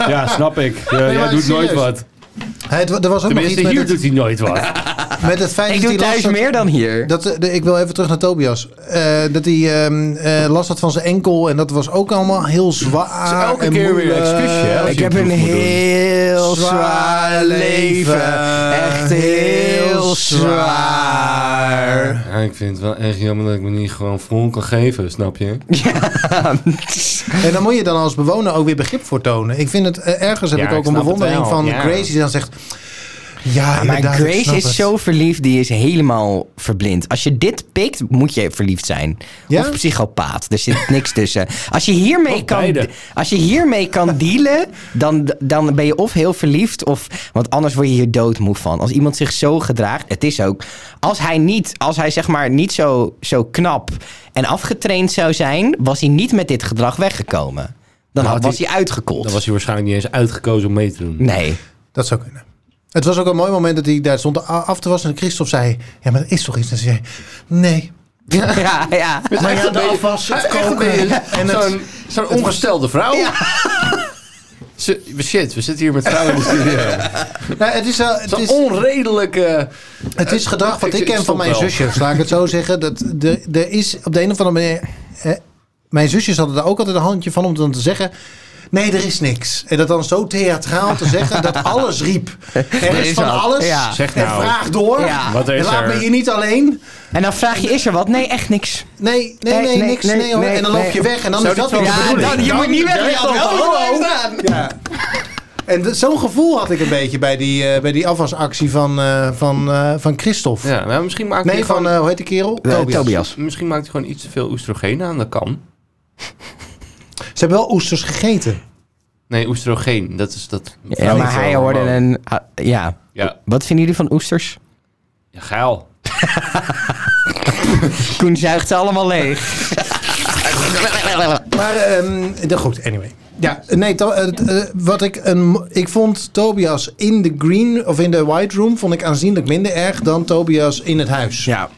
Speaker 1: ja, snap ik. Ja, jij
Speaker 3: maar
Speaker 1: doet nooit
Speaker 3: serieus.
Speaker 1: wat.
Speaker 3: Het, er was ook nog iets
Speaker 1: Tenminste,
Speaker 3: met
Speaker 1: hier
Speaker 3: het,
Speaker 1: doet hij nooit wat.
Speaker 3: met het feit
Speaker 2: Ik
Speaker 3: dat
Speaker 2: doe
Speaker 3: hij last
Speaker 2: thuis
Speaker 3: had-
Speaker 2: meer dan hier.
Speaker 3: Dat, eh, de- ik wil even terug naar Tobias. Eh, dat hij ehm eh, last had van zijn enkel. En dat was ook allemaal heel zwaar.
Speaker 1: Dus elke
Speaker 3: en
Speaker 1: keer weer
Speaker 3: moeilijk.
Speaker 1: excuusje, hè?
Speaker 2: ik heb een heel zwaar leven. Echt heel zwaar.
Speaker 1: Ja, ik vind het wel echt jammer dat ik me niet gewoon vol kan geven, snap je?
Speaker 3: En dan moet je dan als bewoner ook weer begrip voor tonen. Ik vind het eh, ergens heb
Speaker 1: Ja,
Speaker 3: ik ook
Speaker 1: ik
Speaker 3: een
Speaker 1: snap het
Speaker 3: bewondering
Speaker 1: wel,
Speaker 3: van
Speaker 1: ja.
Speaker 3: Grace die dan zegt. Ja,
Speaker 2: Maar
Speaker 3: inderdaad, ik
Speaker 2: Grace
Speaker 3: snap
Speaker 2: is
Speaker 3: het.
Speaker 2: zo verliefd, die is helemaal verblind. Als je dit pikt, moet je verliefd zijn.
Speaker 3: Ja?
Speaker 2: Of psychopaat. Er zit niks tussen. Als je hiermee,
Speaker 1: Of
Speaker 2: kan,
Speaker 1: beide.
Speaker 2: als je hiermee kan dealen, dan, dan ben je of heel verliefd, of, want anders word je hier doodmoe van. Als iemand zich zo gedraagt, het is ook. Als hij niet, als hij zeg maar niet zo, zo knap en afgetraind zou zijn, was hij niet met dit gedrag weggekomen.
Speaker 3: Nou,
Speaker 2: Dan
Speaker 1: had
Speaker 2: had, was
Speaker 1: hij-
Speaker 2: hij uitgekoeld.
Speaker 1: Dan was hij waarschijnlijk niet eens uitgekozen om mee te doen.
Speaker 2: Nee.
Speaker 3: Dat zou kunnen. Het was ook een mooi moment dat hij daar stond a- af te wassen. En Christophe zei: Ja, maar dat is toch iets? En ze zei: Nee.
Speaker 2: Ja, ja.
Speaker 3: Maar ja, de afwas, het koken. En het,
Speaker 1: Zo'n zo'n ongestelde vrouw. Ze- Shit, we zitten hier met vrouwen in de studio.
Speaker 3: nou, het, is, wel- het,
Speaker 1: Zo'n
Speaker 3: is,
Speaker 1: onredelijke...
Speaker 3: het is gedrag wat
Speaker 1: Ik-
Speaker 3: ik
Speaker 1: ik
Speaker 3: ken van
Speaker 1: stond
Speaker 3: mijn
Speaker 1: wel.
Speaker 3: zusje. Laat ik het zo zeggen. Dat er, er is op de een of andere manier. eh, mijn zusjes hadden daar ook altijd een handje van om dan te zeggen. Nee, er is niks. En dat dan zo theatraal te zeggen dat alles riep. Er is
Speaker 2: is
Speaker 3: van
Speaker 2: wat.
Speaker 3: alles.
Speaker 2: Ja.
Speaker 1: Zeg
Speaker 3: En
Speaker 1: nou.
Speaker 3: vraag door.
Speaker 2: Ja.
Speaker 1: Wat
Speaker 3: En
Speaker 1: is
Speaker 3: laat
Speaker 1: er?
Speaker 3: me hier niet alleen.
Speaker 2: En dan vraag je, is er wat? Nee, echt niks.
Speaker 3: Nee, nee, nee,
Speaker 2: Nee, nee,
Speaker 3: niks.
Speaker 2: nee,
Speaker 3: Nee, hoor.
Speaker 2: nee,
Speaker 3: en dan loop je
Speaker 2: nee.
Speaker 3: weg. En dan
Speaker 1: Zou
Speaker 3: is dat
Speaker 1: dit
Speaker 3: weer
Speaker 1: wel
Speaker 3: de
Speaker 1: de
Speaker 2: Ja,
Speaker 3: bedoeling.
Speaker 2: dan, je moet niet weg.
Speaker 3: Ja,
Speaker 2: Hallo.
Speaker 3: hallo.
Speaker 2: Ja.
Speaker 3: En d- zo'n gevoel had ik een beetje bij die, eh, bij die afwasactie van, eh, van, eh, van Christophe.
Speaker 1: Ja, nou, misschien maakt hij
Speaker 3: Nee, van,
Speaker 1: gewoon,
Speaker 3: eh, hoe heet die kerel?
Speaker 2: Eh,
Speaker 3: Tobias.
Speaker 2: Tobias.
Speaker 1: misschien maakt hij gewoon iets te veel oestrogeen aan. Dat kan.
Speaker 3: Ze hebben wel oesters gegeten.
Speaker 1: Nee, oestrogeen. Dat is dat.
Speaker 2: Ja, maar hij hoorde een... ah, ja.
Speaker 1: Ja,
Speaker 2: Wat vinden jullie van oesters?
Speaker 1: ja geil.
Speaker 2: Koen zuigt ze allemaal leeg.
Speaker 3: Maar, ehm, de, goed, anyway. Ja, nee, to- eh, eh, wat ik een. mo- Ik vond Tobias in de green of in de white room vond ik aanzienlijk minder erg dan Tobias in het huis.
Speaker 2: Ja.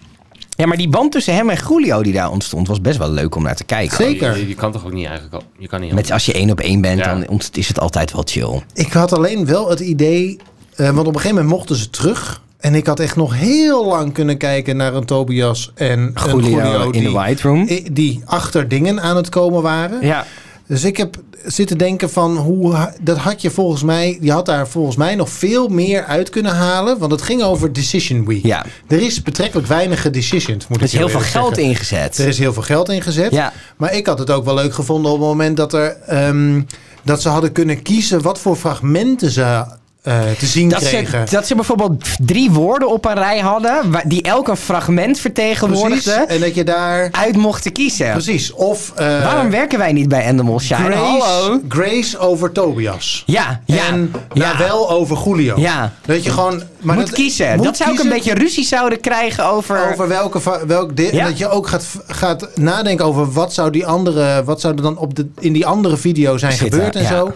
Speaker 2: Ja, maar die band tussen hem en Julio die daar ontstond was best wel leuk om naar te kijken.
Speaker 3: Zeker.
Speaker 1: Je, je kan toch ook niet eigenlijk al. Je kan niet.
Speaker 2: Met,
Speaker 1: anders.
Speaker 2: als je één op één bent,
Speaker 1: Ja.
Speaker 2: dan ont- is het altijd wel chill.
Speaker 3: Ik had alleen wel het idee, eh, want op een gegeven moment mochten ze terug. En ik had echt nog heel lang kunnen kijken naar een Tobias en een
Speaker 2: Julio,
Speaker 3: Julio
Speaker 2: in de
Speaker 3: die,
Speaker 2: White Room.
Speaker 3: i- die achter dingen aan het komen waren.
Speaker 2: Ja.
Speaker 3: Dus ik heb zitten denken van hoe ha- dat had je volgens mij, je had daar volgens mij nog veel meer uit kunnen halen, want het ging over decision week.
Speaker 2: Ja.
Speaker 3: Er is betrekkelijk weinig gedecisioned, moet
Speaker 2: Er is
Speaker 3: ik
Speaker 2: heel veel
Speaker 3: eerlijk
Speaker 2: geld
Speaker 3: zeggen. Er
Speaker 2: ingezet.
Speaker 3: is heel veel geld ingezet.
Speaker 2: Ja.
Speaker 3: Maar ik had het ook wel leuk gevonden op het moment dat er ehm, dat ze hadden kunnen kiezen wat voor fragmenten ze eh, te zien
Speaker 2: Dat ze,
Speaker 3: kregen.
Speaker 2: dat ze bijvoorbeeld drie woorden op een rij hadden, waar- die elk een fragment
Speaker 3: Precies.
Speaker 2: vertegenwoordigden,
Speaker 3: En dat je daar
Speaker 2: uit mochten kiezen.
Speaker 3: precies of eh,
Speaker 2: Waarom werken wij niet bij Animal Shine?
Speaker 3: Grace,
Speaker 2: Hallo?
Speaker 3: Grace over Tobias.
Speaker 2: Ja, ja.
Speaker 3: en
Speaker 2: ja.
Speaker 3: Nawel over Julio.
Speaker 2: Ja.
Speaker 3: Dat je gewoon... Maar
Speaker 2: moet
Speaker 3: dat-
Speaker 2: kiezen.
Speaker 3: moet
Speaker 2: dat zou ik
Speaker 3: kiezen
Speaker 2: een beetje ruzie zouden krijgen over...
Speaker 3: Over welke... va- Welk di-
Speaker 2: Ja.
Speaker 3: Dat je ook gaat, gaat nadenken over wat zou, die andere, wat zou er dan op de, in die andere video zijn
Speaker 2: Zitten,
Speaker 3: gebeurd en
Speaker 2: ja.
Speaker 3: zo.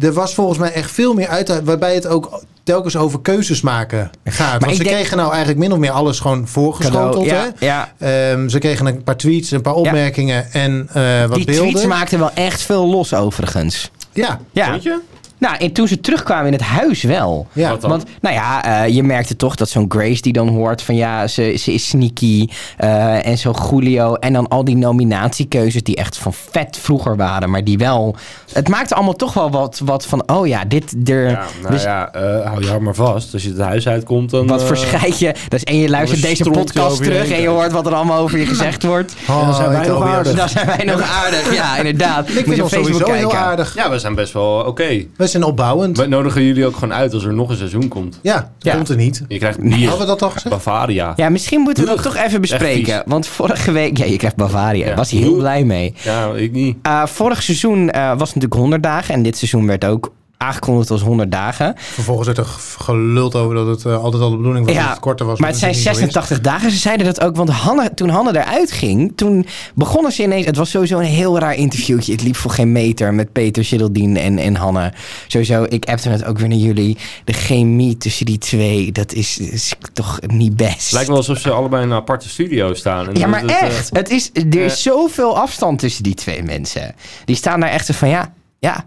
Speaker 3: Er was volgens mij echt veel meer uit... Waarbij het ook telkens over keuzes maken gaat. Want
Speaker 2: ik
Speaker 3: ze
Speaker 2: denk-
Speaker 3: kregen nou eigenlijk min of meer alles gewoon voorgeschoteld.
Speaker 2: Cadeau,
Speaker 3: hè?
Speaker 2: ja, ja.
Speaker 3: Ehm, ze kregen een paar tweets, een paar opmerkingen en eh, wat
Speaker 2: die
Speaker 3: beelden.
Speaker 2: tweets maakten wel echt veel los overigens.
Speaker 3: Ja,
Speaker 2: Ja.
Speaker 1: Vond je?
Speaker 2: Nou, en toen ze terugkwamen in het huis wel.
Speaker 3: ja.
Speaker 1: Wat dan?
Speaker 2: Want, nou ja, eh, je merkte toch dat zo'n Grace die dan hoort van ja, ze, ze is sneaky eh, en zo Julio. En dan al die nominatiekeuzes die echt van vet vroeger waren, maar die wel... Het maakte allemaal toch wel wat, wat van, oh ja, dit... Er,
Speaker 1: Ja, nou
Speaker 2: dus
Speaker 1: ja, eh, hou je hart maar vast. Als je het huis uitkomt, dan...
Speaker 2: Wat
Speaker 1: eh,
Speaker 2: voor scheid je. Dus, en je luistert
Speaker 1: dan
Speaker 2: deze
Speaker 1: stront je
Speaker 2: podcast
Speaker 1: over je
Speaker 2: terug
Speaker 1: heen.
Speaker 2: en je hoort wat er allemaal over je gezegd wordt.
Speaker 3: Oh,
Speaker 1: dan zijn wij nog
Speaker 3: Tobias.
Speaker 1: aardig.
Speaker 2: Dan zijn wij nog aardig. Ja, inderdaad.
Speaker 3: Ik
Speaker 2: Moet
Speaker 3: vind
Speaker 2: je op
Speaker 3: ons
Speaker 2: Facebook
Speaker 3: sowieso
Speaker 2: kijken.
Speaker 3: heel aardig.
Speaker 1: Ja, we zijn best wel oké.
Speaker 3: We zijn opbouwend.
Speaker 1: We nodigen jullie ook gewoon uit als er nog een seizoen komt.
Speaker 3: Ja, dat
Speaker 2: Ja.
Speaker 3: komt er niet.
Speaker 1: Je krijgt
Speaker 3: Hadden we
Speaker 1: bier.
Speaker 3: dat al gezegd?
Speaker 1: Bavaria.
Speaker 2: Ja, misschien moeten we dat
Speaker 1: Ugh,
Speaker 2: toch even
Speaker 1: echt
Speaker 2: bespreken. Want vorige week... Ja, je krijgt Bavaria. Daar
Speaker 1: Ja.
Speaker 2: was hij heel
Speaker 1: Oeh.
Speaker 2: blij mee.
Speaker 1: Ja, ik niet.
Speaker 2: Eh, vorig seizoen eh, was natuurlijk 100 dagen. En dit seizoen werd ook aangekondigd als 100 dagen.
Speaker 3: Vervolgens werd er g- geluld over dat het eh, altijd al de bedoeling was dat het korter was.
Speaker 2: maar het zijn
Speaker 3: dat niet zo is.
Speaker 2: 86 dagen. Ze zeiden dat ook, want Hanne, toen Hanne eruit ging, toen begonnen ze ineens... Het was sowieso een heel raar interviewtje. Het liep voor geen meter met Peter, Geraldine en, en Hanne. Sowieso, ik appte het ook weer naar jullie. De chemie tussen die twee, dat is, is toch niet best.
Speaker 1: Lijkt wel alsof ze allebei in een aparte studio staan. En
Speaker 2: ja,
Speaker 1: dat
Speaker 2: maar
Speaker 1: het, eh,
Speaker 2: echt. Het is, er is zoveel afstand tussen die twee mensen. Die staan daar echt zo van, ja, ja,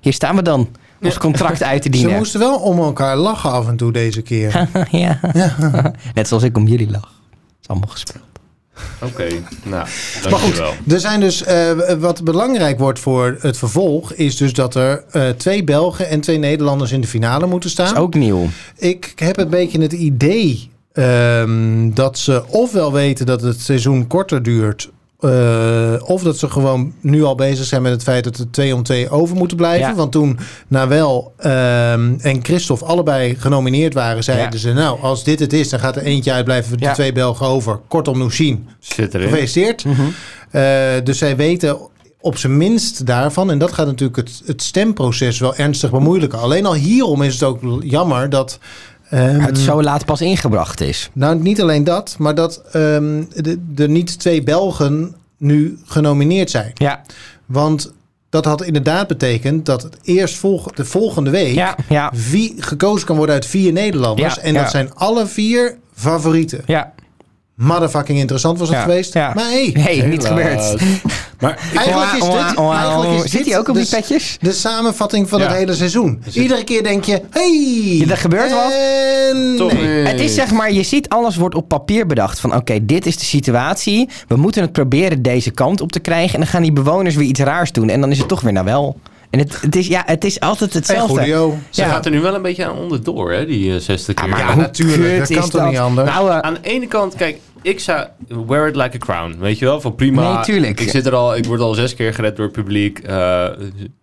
Speaker 2: hier staan we dan. Ons contract uit te
Speaker 3: Ze
Speaker 2: dienen.
Speaker 3: moesten wel om elkaar lachen af en toe deze keer.
Speaker 2: ja. Net zoals ik om jullie lach. Het is allemaal gespeeld.
Speaker 1: Oké, nou,
Speaker 3: maar
Speaker 1: dankjewel.
Speaker 3: goed, er zijn dus, eh, wat belangrijk wordt voor het vervolg, is dus dat er eh, twee Belgen en twee Nederlanders in de finale moeten
Speaker 2: Dat
Speaker 3: staan.
Speaker 2: is ook nieuw.
Speaker 3: Ik heb een beetje het idee ehm, dat ze ofwel weten dat het seizoen korter duurt. eh, of dat ze gewoon nu al bezig zijn met het feit dat er twee om twee over moeten blijven.
Speaker 2: Ja.
Speaker 3: Want toen Nawel ehm en Christophe allebei genomineerd waren, zeiden
Speaker 2: Ja.
Speaker 3: ze: Nou, als dit het is, dan gaat er eentje uitblijven, de
Speaker 2: Ja.
Speaker 3: twee Belgen over. Kortom, Nouchine,
Speaker 1: Zit erin.
Speaker 3: gefeliciteerd.
Speaker 2: Mhm.
Speaker 3: Eh, dus zij weten op zijn minst daarvan. En dat gaat natuurlijk het, het stemproces wel ernstig bemoeilijken. Alleen al hierom is het ook l- jammer dat. ehm,
Speaker 2: het zo laat pas ingebracht is.
Speaker 3: nou, niet alleen dat, maar dat ehm, de- er niet twee Belgen nu genomineerd zijn.
Speaker 2: Ja,
Speaker 3: Want dat had inderdaad betekend dat het eerst volg- de volgende week
Speaker 2: ja, ja,
Speaker 3: wie gekozen kan worden uit vier Nederlanders.
Speaker 2: Ja,
Speaker 3: en
Speaker 2: ja.
Speaker 3: dat zijn alle vier favorieten.
Speaker 2: ja.
Speaker 3: Motherfucking interessant was het
Speaker 2: Ja,
Speaker 3: geweest.
Speaker 2: ja.
Speaker 3: Maar hey,
Speaker 2: Hey, niet gebeurd.
Speaker 1: Maar
Speaker 3: Eigenlijk is dit,
Speaker 2: Oa, oa, oa.
Speaker 3: eigenlijk is dit
Speaker 2: Zit hij ook op
Speaker 3: de,
Speaker 2: die petjes?
Speaker 3: de samenvatting van
Speaker 1: Ja.
Speaker 3: het hele seizoen. Iedere keer denk je, hey,
Speaker 2: Ja, er gebeurt wat.
Speaker 3: En
Speaker 1: Toch
Speaker 3: nee.
Speaker 1: niet.
Speaker 2: Het is zeg maar, je ziet alles wordt op papier bedacht. Van oké, dit is de situatie. We moeten het proberen deze kant op te krijgen. En dan gaan die bewoners weer iets raars doen. En dan is het toch weer nou wel. En het, het, is, ja, het is altijd
Speaker 3: En
Speaker 2: hetzelfde.
Speaker 3: Julio.
Speaker 1: Ze
Speaker 2: Ja.
Speaker 1: gaat er nu wel een beetje aan onderdoor, hè, die eh, zesde keer.
Speaker 2: maar
Speaker 3: Ja,
Speaker 2: hoe
Speaker 3: natuurlijk.
Speaker 2: kut
Speaker 3: Dat kan
Speaker 2: is
Speaker 3: toch niet anders?
Speaker 2: Nou, eh,
Speaker 1: Aan de ene kant, kijk, ik zou wear it like a crown, weet je wel? Van prima.
Speaker 2: Nee, tuurlijk.
Speaker 1: Ik zit er al, ik word al zes keer gered door het publiek. eh,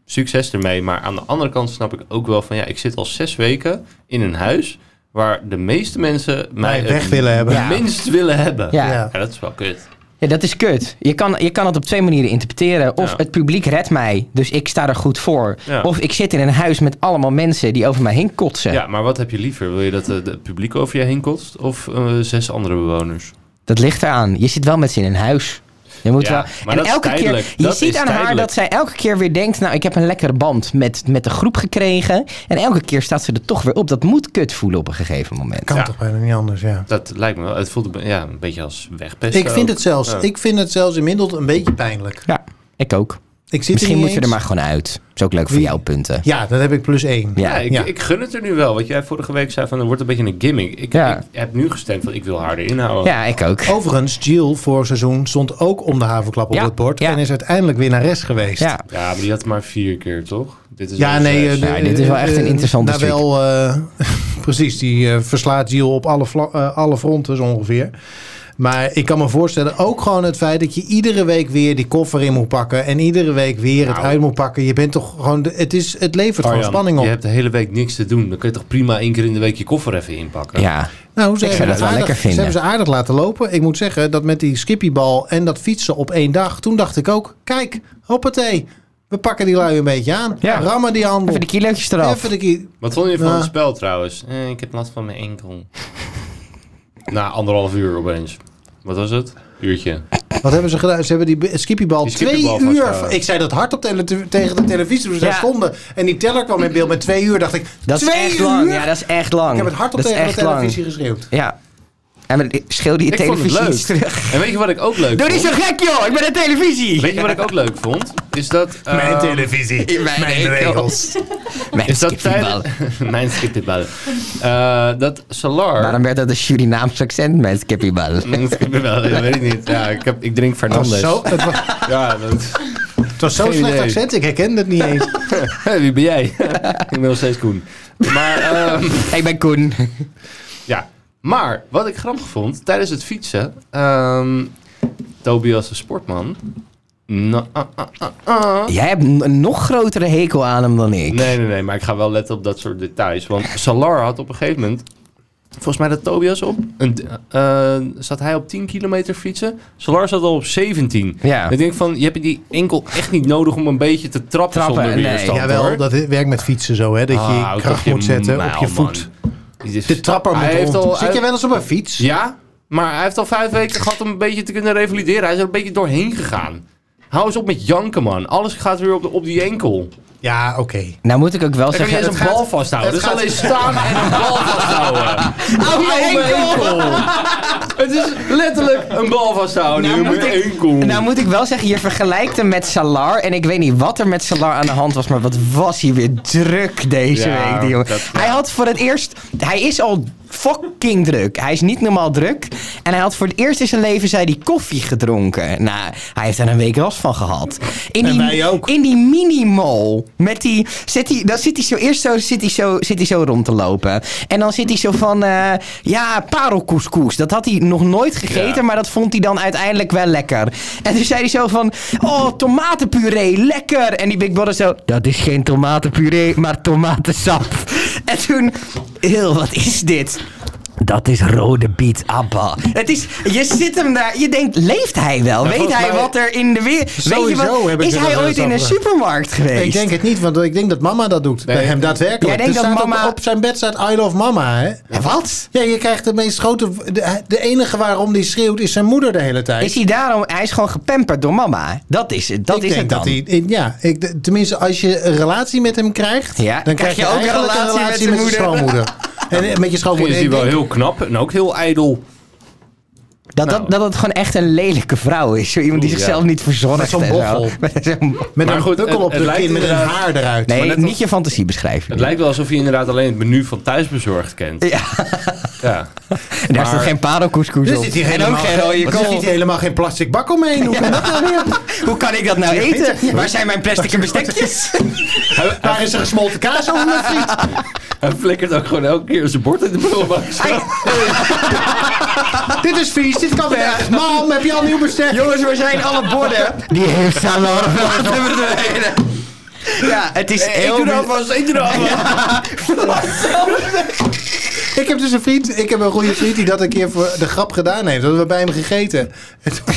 Speaker 1: succes ermee. Maar aan de andere kant snap ik ook wel van ja, ik zit al zes weken in een huis waar de meeste mensen mij
Speaker 3: weg
Speaker 1: het
Speaker 3: willen hebben.
Speaker 2: Ja.
Speaker 1: Minst willen hebben.
Speaker 2: Ja.
Speaker 3: Ja.
Speaker 1: dat is wel kut.
Speaker 2: Ja, dat is kut. Je kan, je kan het op twee manieren interpreteren. Of
Speaker 1: Ja.
Speaker 2: het publiek redt mij, dus ik sta er goed voor.
Speaker 1: Ja.
Speaker 2: Of ik zit in een huis met allemaal mensen die over mij heen
Speaker 1: Ja.
Speaker 2: kotsen.
Speaker 1: maar wat heb je liever? Wil je dat eh, het publiek over je heen kotst of eh, zes andere bewoners?
Speaker 2: Dat ligt eraan. Je zit wel met ze in een huis. Je moet
Speaker 1: Ja,
Speaker 2: wel...
Speaker 1: maar
Speaker 2: en
Speaker 1: dat is
Speaker 2: elke
Speaker 1: tijdelijk.
Speaker 2: keer, je
Speaker 1: Dat
Speaker 2: ziet
Speaker 1: is
Speaker 2: aan haar
Speaker 1: tijdelijk.
Speaker 2: dat zij elke keer weer denkt: Nou, ik heb een lekkere band met, met de groep gekregen. En elke keer staat ze er toch weer op. Dat moet kut voelen op een gegeven moment.
Speaker 3: Kan
Speaker 1: Ja.
Speaker 3: toch bijna niet anders, ja.
Speaker 1: Dat lijkt me wel. Het voelt een be- ja, een beetje als wegpesten.
Speaker 3: Ik vind
Speaker 1: ook.
Speaker 3: het zelfs,
Speaker 1: Ja.
Speaker 3: ik vind het zelfs inmiddels een beetje pijnlijk.
Speaker 2: Ja, ik ook.
Speaker 3: Ik zit
Speaker 2: Misschien
Speaker 3: er
Speaker 2: moet
Speaker 3: niet
Speaker 2: je er
Speaker 3: eens.
Speaker 2: maar gewoon uit. Dat is ook leuk voor
Speaker 3: Wie-
Speaker 2: jouw punten.
Speaker 3: Ja, dat heb ik plus één.
Speaker 2: Ja.
Speaker 1: Ja, ik,
Speaker 3: Ja.
Speaker 1: ik gun het er nu wel. Wat jij vorige week zei van, er wordt een beetje een gimmick. Ik,
Speaker 2: Ja.
Speaker 1: ik heb nu gestemd van, ik wil harder inhouden.
Speaker 2: Ja, ik ook.
Speaker 3: Oh, Overigens, Jill voor seizoen stond ook om de havenklap op
Speaker 2: Ja,
Speaker 3: het bord
Speaker 2: ja.
Speaker 3: en is uiteindelijk winnares geweest.
Speaker 2: Ja.
Speaker 1: Ja, maar die had maar vier keer, toch? Dit Dus is
Speaker 3: Ja,
Speaker 1: wel
Speaker 3: nee.
Speaker 1: zes.
Speaker 3: eh,
Speaker 2: Nee,
Speaker 3: de-
Speaker 2: dit is wel
Speaker 3: eh,
Speaker 2: echt een
Speaker 3: eh,
Speaker 2: interessante
Speaker 3: daar wel, eh, Precies, die eh, verslaat Giel op alle, vla- eh, alle fronten zo ongeveer. Maar ik kan me voorstellen, ook gewoon het feit dat je iedere week weer die koffer in moet pakken. En iedere week weer het
Speaker 1: Nou.
Speaker 3: uit moet pakken. Je bent toch gewoon, de- het, is, het levert
Speaker 1: Arjan,
Speaker 3: gewoon spanning op.
Speaker 1: je hebt de hele week niks te doen. Dan kun je toch prima één keer in de week je koffer even inpakken.
Speaker 2: Ja.
Speaker 3: Nou, ze
Speaker 2: Ik zou
Speaker 3: hebben
Speaker 2: dat
Speaker 3: het
Speaker 2: wel
Speaker 3: aardig-
Speaker 2: lekker vinden.
Speaker 3: Ze hebben ze aardig laten lopen. Ik moet zeggen dat met die skippiebal en dat fietsen op één dag. Toen dacht ik ook, kijk, hoppatee. We pakken die lui een beetje aan.
Speaker 2: Ja.
Speaker 3: Rammen die handel.
Speaker 2: Even de kilootjes eraf.
Speaker 3: Oh. Even de kie-
Speaker 1: Wat vond je van
Speaker 3: Ja.
Speaker 2: Nou.
Speaker 1: het spel trouwens? Eh, ik heb last van mijn enkel. Na anderhalf uur opeens. Wat was het? Uurtje.
Speaker 3: Wat hebben ze gedaan? Ze hebben die be- skippiebal
Speaker 1: Die
Speaker 3: twee
Speaker 1: skippiebal
Speaker 3: uur...
Speaker 1: vasthouden.
Speaker 3: Ik zei dat hard op tele- te- tegen de televisie toen
Speaker 2: Ja.
Speaker 3: ze daar stonden. En die teller kwam in beeld met twee uur. Dacht ik,
Speaker 2: Dat
Speaker 3: twee
Speaker 2: is echt
Speaker 3: uur?
Speaker 2: lang. Ja, dat is echt lang.
Speaker 3: Ik heb het hard op
Speaker 2: dat is
Speaker 3: tegen de
Speaker 2: echt lang.
Speaker 3: televisie geschreeuwd.
Speaker 2: Ja. En maar schilde je
Speaker 1: Ik vond
Speaker 2: televisie
Speaker 1: het
Speaker 2: iets
Speaker 1: leuk.
Speaker 2: terug.
Speaker 1: En weet je wat ik ook leuk
Speaker 2: Doe
Speaker 1: vond?
Speaker 2: niet zo gek, joh. Ik ben de televisie.
Speaker 1: Weet je wat ik ook leuk vond? Is dat... ehm,
Speaker 4: televisie,
Speaker 2: mijn regels. Mijn
Speaker 1: Is dat
Speaker 2: skippiebal.
Speaker 1: tijd? Mijn skippiebal. Eh, dat Solar...
Speaker 2: Waarom werd dat een Surinaams accent, mijn skippiebal?
Speaker 1: Mijn skippiebal, dat weet ik niet. Ja, ik, heb, ik drink
Speaker 3: Het was
Speaker 1: Fernandes.
Speaker 3: zo, het was,
Speaker 1: Ja, dat...
Speaker 3: het was zo'n
Speaker 1: Geen
Speaker 3: slecht
Speaker 1: idee.
Speaker 3: accent. Ik herkende het niet eens.
Speaker 1: Hé, wie ben jij? ik ben nog steeds Koen. Maar, ehm,
Speaker 2: Ik ben Koen.
Speaker 1: ja. maar wat ik grappig vond, tijdens het fietsen... ehm Tobias de sportman... Nou, ah, ah, ah, ah.
Speaker 2: Jij hebt n- een nog grotere hekel aan hem dan ik.
Speaker 1: Nee, nee, nee, maar ik ga wel letten op dat soort details. Want Salar had op een gegeven moment... Volgens mij dat Tobias op... Een, eh, zat hij op 10 kilometer fietsen? Salar zat al op 17.
Speaker 2: Ja.
Speaker 1: Ik denk van, je hebt die enkel echt niet nodig om een beetje te trappen,
Speaker 2: Trappen,
Speaker 1: zonder
Speaker 2: nee.
Speaker 1: weerstand.
Speaker 3: Jawel,
Speaker 1: hoor.
Speaker 3: dat werkt met fietsen zo. Hè, dat je
Speaker 1: Ah, ook
Speaker 3: kracht
Speaker 1: op je
Speaker 3: moet zetten
Speaker 1: mijl,
Speaker 3: op je voet.
Speaker 1: man. Dit is-
Speaker 3: De trapper
Speaker 1: hij
Speaker 3: moet
Speaker 1: heeft
Speaker 3: rond.
Speaker 1: al,
Speaker 3: Zit je wel eens op een fiets?
Speaker 1: Ja, maar hij heeft al vijf weken gehad om een beetje te kunnen revalideren. Hij is er een beetje doorheen gegaan. Hou eens op met janken, man. Alles gaat weer op, de, op die enkel.
Speaker 3: Ja, oké.
Speaker 2: Nou moet ik ook wel
Speaker 1: Dan kan je
Speaker 2: zeggen...
Speaker 1: eens een bal vasthouden.
Speaker 3: het
Speaker 1: Dus alleen staan en een bal vasthouden.
Speaker 2: Oh, mijn
Speaker 1: Mijn enkel. Het is letterlijk een bal vasthouden.
Speaker 2: Nou
Speaker 1: in
Speaker 2: moet
Speaker 1: mijn
Speaker 2: ik-
Speaker 1: enkel.
Speaker 2: Nou moet ik wel zeggen, je vergelijkt hem met Salar. En ik weet niet wat er met Salar aan de hand was. Maar wat was hij weer druk deze
Speaker 1: Ja,
Speaker 2: week, die jongen.
Speaker 1: dat-
Speaker 2: Hij had voor het eerst... Hij is al fucking druk. Hij is niet normaal druk. En hij had voor het eerst in zijn leven, zei hij, koffie gedronken. Nou, hij heeft daar een week last van gehad. In
Speaker 3: En
Speaker 2: die,
Speaker 3: wij ook.
Speaker 2: In die minimal. Met die, zit hij, dan zit hij zo eerst zo, zit hij zo, zit hij zo rond te lopen. En dan zit hij zo van, eh, ja, parelkoeskoes. Dat had hij nog nooit gegeten,
Speaker 1: Ja.
Speaker 2: maar dat vond hij dan uiteindelijk wel lekker. En toen zei hij zo van, oh, tomatenpuree, lekker. En die Big Brother zo, dat is geen tomatenpuree, maar tomatensap. En toen, heel, wat is dit? Dat is rode biet, Abba. Het is, je zit hem daar, je denkt, leeft hij wel? Weet
Speaker 1: volgens
Speaker 2: hij
Speaker 1: mij-
Speaker 2: wat er in de weer... Weet je
Speaker 3: Sowieso
Speaker 2: wat,
Speaker 3: heb ik
Speaker 2: is
Speaker 3: er
Speaker 2: hij
Speaker 3: wel
Speaker 2: ooit
Speaker 3: eens
Speaker 2: in een
Speaker 3: over.
Speaker 2: supermarkt geweest?
Speaker 3: Ik denk het niet, want ik denk dat mama dat doet.
Speaker 1: Nee.
Speaker 3: Bij hem
Speaker 2: Jij
Speaker 3: daadwerkelijk.
Speaker 2: denkt
Speaker 3: Er
Speaker 2: dat
Speaker 3: staat op-
Speaker 2: mama-
Speaker 3: op, zijn bed staat I love mama, hè?
Speaker 2: En Wat?
Speaker 3: Ja, je krijgt de meest grote... De, de enige waarom die schreeuwt is zijn moeder de hele tijd.
Speaker 2: Is hij daarom... Hij is gewoon gepamperd door mama. Dat is het, dat
Speaker 3: ik
Speaker 2: is
Speaker 3: denk
Speaker 2: het dan.
Speaker 3: dat hij, ik- ja, ik, de- tenminste, als je een relatie met hem krijgt,
Speaker 2: Ja,
Speaker 3: dan krijg je, ook een relatie, met,
Speaker 2: zijn
Speaker 3: zijn schoonmoeder. en eh, met je
Speaker 1: Misschien
Speaker 3: schoonmoeder.
Speaker 1: is die
Speaker 3: Ik
Speaker 1: wel
Speaker 3: denk-
Speaker 1: heel knap en ook heel ijdel.
Speaker 2: Dat, dat,
Speaker 1: Nou.
Speaker 2: dat het gewoon echt een lelijke vrouw is. Zo iemand die
Speaker 1: Oeh, ja.
Speaker 2: zichzelf niet verzorgt.
Speaker 3: Met zo'n
Speaker 2: en zo.
Speaker 3: bochel.
Speaker 2: Met zo'n-
Speaker 3: Met
Speaker 1: Maar
Speaker 3: een
Speaker 1: goed,
Speaker 3: bukkel
Speaker 1: het-
Speaker 3: op
Speaker 1: het
Speaker 3: de
Speaker 1: lijkt
Speaker 3: kin, met een
Speaker 1: inderdaad-
Speaker 3: haar eruit.
Speaker 2: Nee,
Speaker 1: net
Speaker 2: niet
Speaker 1: als-
Speaker 2: je fantasie beschrijven.
Speaker 1: Het lijkt wel alsof je inderdaad alleen het menu van thuisbezorgd kent.
Speaker 2: Ja.
Speaker 1: ja.
Speaker 2: En daar
Speaker 1: maar-
Speaker 2: staat geen parelkoeskoes
Speaker 3: Dus
Speaker 2: op.
Speaker 3: zit hier
Speaker 2: En
Speaker 3: helemaal,
Speaker 2: ook geen rode
Speaker 3: wat is
Speaker 2: kool.
Speaker 3: dit, hier helemaal geen plastic bak omheen. Hoe kan dat nou weer?
Speaker 2: Hoe kan ik dat nou
Speaker 3: Ja, weet
Speaker 2: eten?
Speaker 3: je.
Speaker 2: Waar zijn mijn plastic bestekjes?
Speaker 3: Waar is er gesmolten kaas over mijn friet?
Speaker 1: Hij flikkert ook gewoon elke keer zijn bord in de prullenbak.
Speaker 2: Hij-
Speaker 3: dit is vies, dit kan weg. Mam, heb je al nieuw bestek?
Speaker 2: Jongens, waar zijn alle borden? Die heeft aan laten verdwenen. Ja, het
Speaker 3: eh,
Speaker 2: is heel...
Speaker 1: alvast, ik doe er alvast.
Speaker 3: Ik heb dus een vriend, ik heb een goede vriend die dat een keer voor de grap gedaan heeft. Dat we bij hem gegeten. En toen,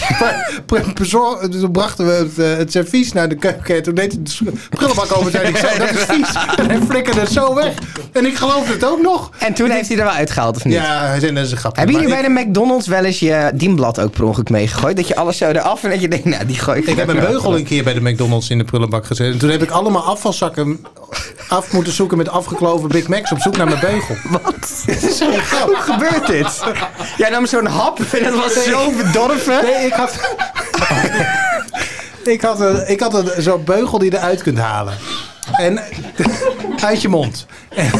Speaker 3: pre- bezor- toen brachten we het, eh, het servies naar de keuken. En toen deed hij de sch- prullenbak over zijn. Ik zei, dat is vies. En hij flikkerde het zo weg. En ik geloofde het ook nog.
Speaker 2: En toen heeft hij er wel uitgehaald, of niet?
Speaker 3: Ja, hij zei, dat is een grap.
Speaker 2: Hebben
Speaker 3: Maar
Speaker 2: jullie
Speaker 3: ik-
Speaker 2: bij de McDonald's wel eens je dienblad ook per ongeluk meegegooid? Dat je alles zo eraf en dat je denkt, nou, die gooi ik
Speaker 3: Ik heb
Speaker 2: een
Speaker 3: een beugel een keer bij de McDonald's in de prullenbak gezet. En toen heb ik allemaal afvalzakken af moeten zoeken met afgekloven Big Macs op zoek naar mijn beugel.
Speaker 2: Wat? Hoe gebeurt dit? Jij nam zo'n hap en dat was zo bedorven.
Speaker 3: Nee, ik had. ik had, een, ik had een, zo'n beugel die je eruit kunt halen. En uit je mond. En,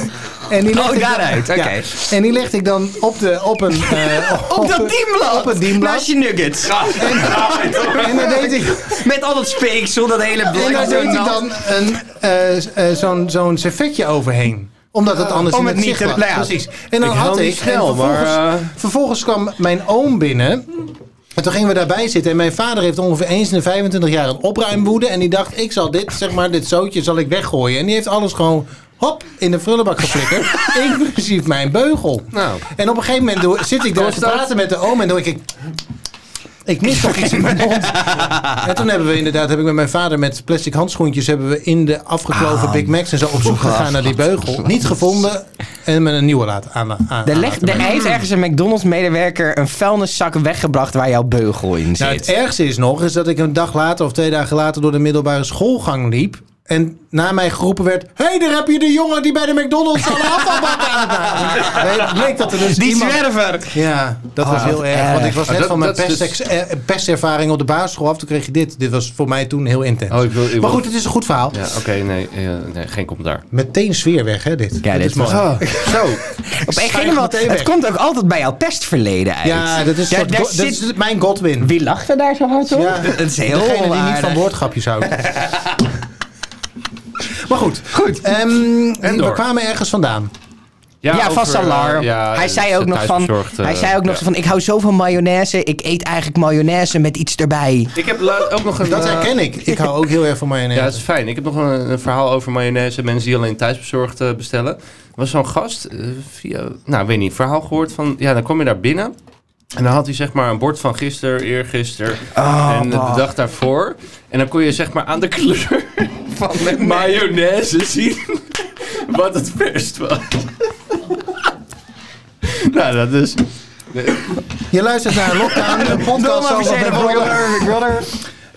Speaker 3: en die legde ik
Speaker 2: Oh,
Speaker 3: dan-
Speaker 2: daaruit, oké.
Speaker 3: en die legde ik dan op, de, op een. eh,
Speaker 2: Op dat dienblad!
Speaker 3: Op het dienblad.
Speaker 2: Naast je nuggets.
Speaker 3: En dan deed ik,
Speaker 2: Met al dat speeksel, dat hele
Speaker 3: en daar
Speaker 2: blik.
Speaker 3: deed ik dan een, eh, eh, zo'n, zo'n servetje overheen omdat het anders
Speaker 2: Om
Speaker 3: in
Speaker 2: het niet
Speaker 3: zicht
Speaker 2: te-
Speaker 3: lag.
Speaker 2: nou ja,
Speaker 3: Precies. En dan
Speaker 1: ik hou
Speaker 3: had
Speaker 1: niet
Speaker 3: ik. en
Speaker 1: snel, maar,
Speaker 3: vervolgens,
Speaker 1: eh.
Speaker 3: vervolgens kwam mijn oom binnen. En toen gingen we daarbij zitten. En mijn vader heeft ongeveer eens in de 25 jaar een opruimwoede. En die dacht, ik zal dit, zeg maar, dit zootje zal ik weggooien. En die heeft alles gewoon, hop, in de prullenbak geflikkerd. inclusief mijn beugel.
Speaker 1: Nou.
Speaker 3: En op een gegeven moment doe- zit ik daar te praten met de oom. En dan denk ik, ik mis toch iets in mijn mond. En toen hebben we inderdaad, heb ik met mijn vader met plastic handschoentjes... hebben we in de afgekloven
Speaker 1: Ah.
Speaker 3: Big Macs en zo op zoek
Speaker 1: Oh,
Speaker 3: gegaan naar die beugel. Niet gevonden. En met een nieuwe laten aan. aan
Speaker 2: Er,
Speaker 3: aan-
Speaker 2: leg, er heeft ergens een McDonald's-medewerker een vuilniszak weggebracht waar jouw beugel in
Speaker 3: Nou, het
Speaker 2: zit.
Speaker 3: ergste is nog, is dat ik een dag later of twee dagen later door de middelbare schoolgang liep. En na mij geroepen werd: Hé, hey, daar heb je de jongen die bij de McDonald's alle afvalbak aan het halen." Nee, het bleek dat er dus
Speaker 2: die
Speaker 3: iemand-
Speaker 2: zwerver!
Speaker 3: Ja, dat was heel
Speaker 2: wat
Speaker 3: erg. Want ik was
Speaker 1: Oh, erg.
Speaker 3: net van mijn
Speaker 1: Dat- dat is dus-
Speaker 3: beste ervaring op de basisschool af. Toen kreeg je dit. Dit was voor mij toen heel intens.
Speaker 1: Oh, ik wil- ik
Speaker 3: maar
Speaker 1: wil-
Speaker 3: goed, het is een goed verhaal.
Speaker 1: Ja, oké, nee, eh, nee, geen commentaar.
Speaker 3: Meteen sfeer weg, hè, dit.
Speaker 2: Ja,
Speaker 3: dat
Speaker 2: dit
Speaker 3: is mooi. Ah.
Speaker 2: was-
Speaker 3: Zo.
Speaker 2: Op een
Speaker 3: Schuif
Speaker 2: gegeven moment,
Speaker 3: meteen
Speaker 2: het
Speaker 3: weg.
Speaker 2: komt ook altijd bij jouw pestverleden uit.
Speaker 3: Ja, dat is,
Speaker 2: Daar-
Speaker 3: een soort
Speaker 2: daar
Speaker 3: go- dat
Speaker 2: zit-
Speaker 3: is mijn Godwin.
Speaker 2: Wie lachte daar zo hard op?
Speaker 3: Ja.
Speaker 2: Dat is heel
Speaker 3: Degene die niet
Speaker 2: onwaardig.
Speaker 3: van woordgrapjes houdt. maar goed.
Speaker 2: Goed.
Speaker 3: Ehm, we
Speaker 1: door.
Speaker 3: kwamen ergens vandaan.
Speaker 2: Ja,
Speaker 1: over,
Speaker 2: van Salar.
Speaker 1: eh, ja,
Speaker 2: hij zei
Speaker 1: dus
Speaker 2: ook nog van,
Speaker 1: thuisbezorgd, eh,
Speaker 2: hij zei ook nog
Speaker 1: ja.
Speaker 2: van, ik hou zoveel mayonaise, ik eet eigenlijk mayonaise met iets erbij.
Speaker 1: Ik heb laat ook nog een...
Speaker 3: Dat
Speaker 1: eh,
Speaker 3: herken ik. Ik hou ook heel erg van mayonaise.
Speaker 1: Ja, dat is fijn. Ik heb nog een, een verhaal over mayonaise. Mensen die alleen thuisbezorgd eh, bestellen. Er was zo'n gast, eh, via, nou weet niet, verhaal gehoord van... Ja, dan kom je daar binnen. En dan had hij zeg maar een bord van gisteren, eergisteren. en
Speaker 2: Oh, bah.
Speaker 1: de dag daarvoor. En dan kon je zeg maar aan de kleur van de mayonaise zien... wat het verst was. nou, dat is...
Speaker 3: Je luistert naar een lockdown, een podcast over de brother.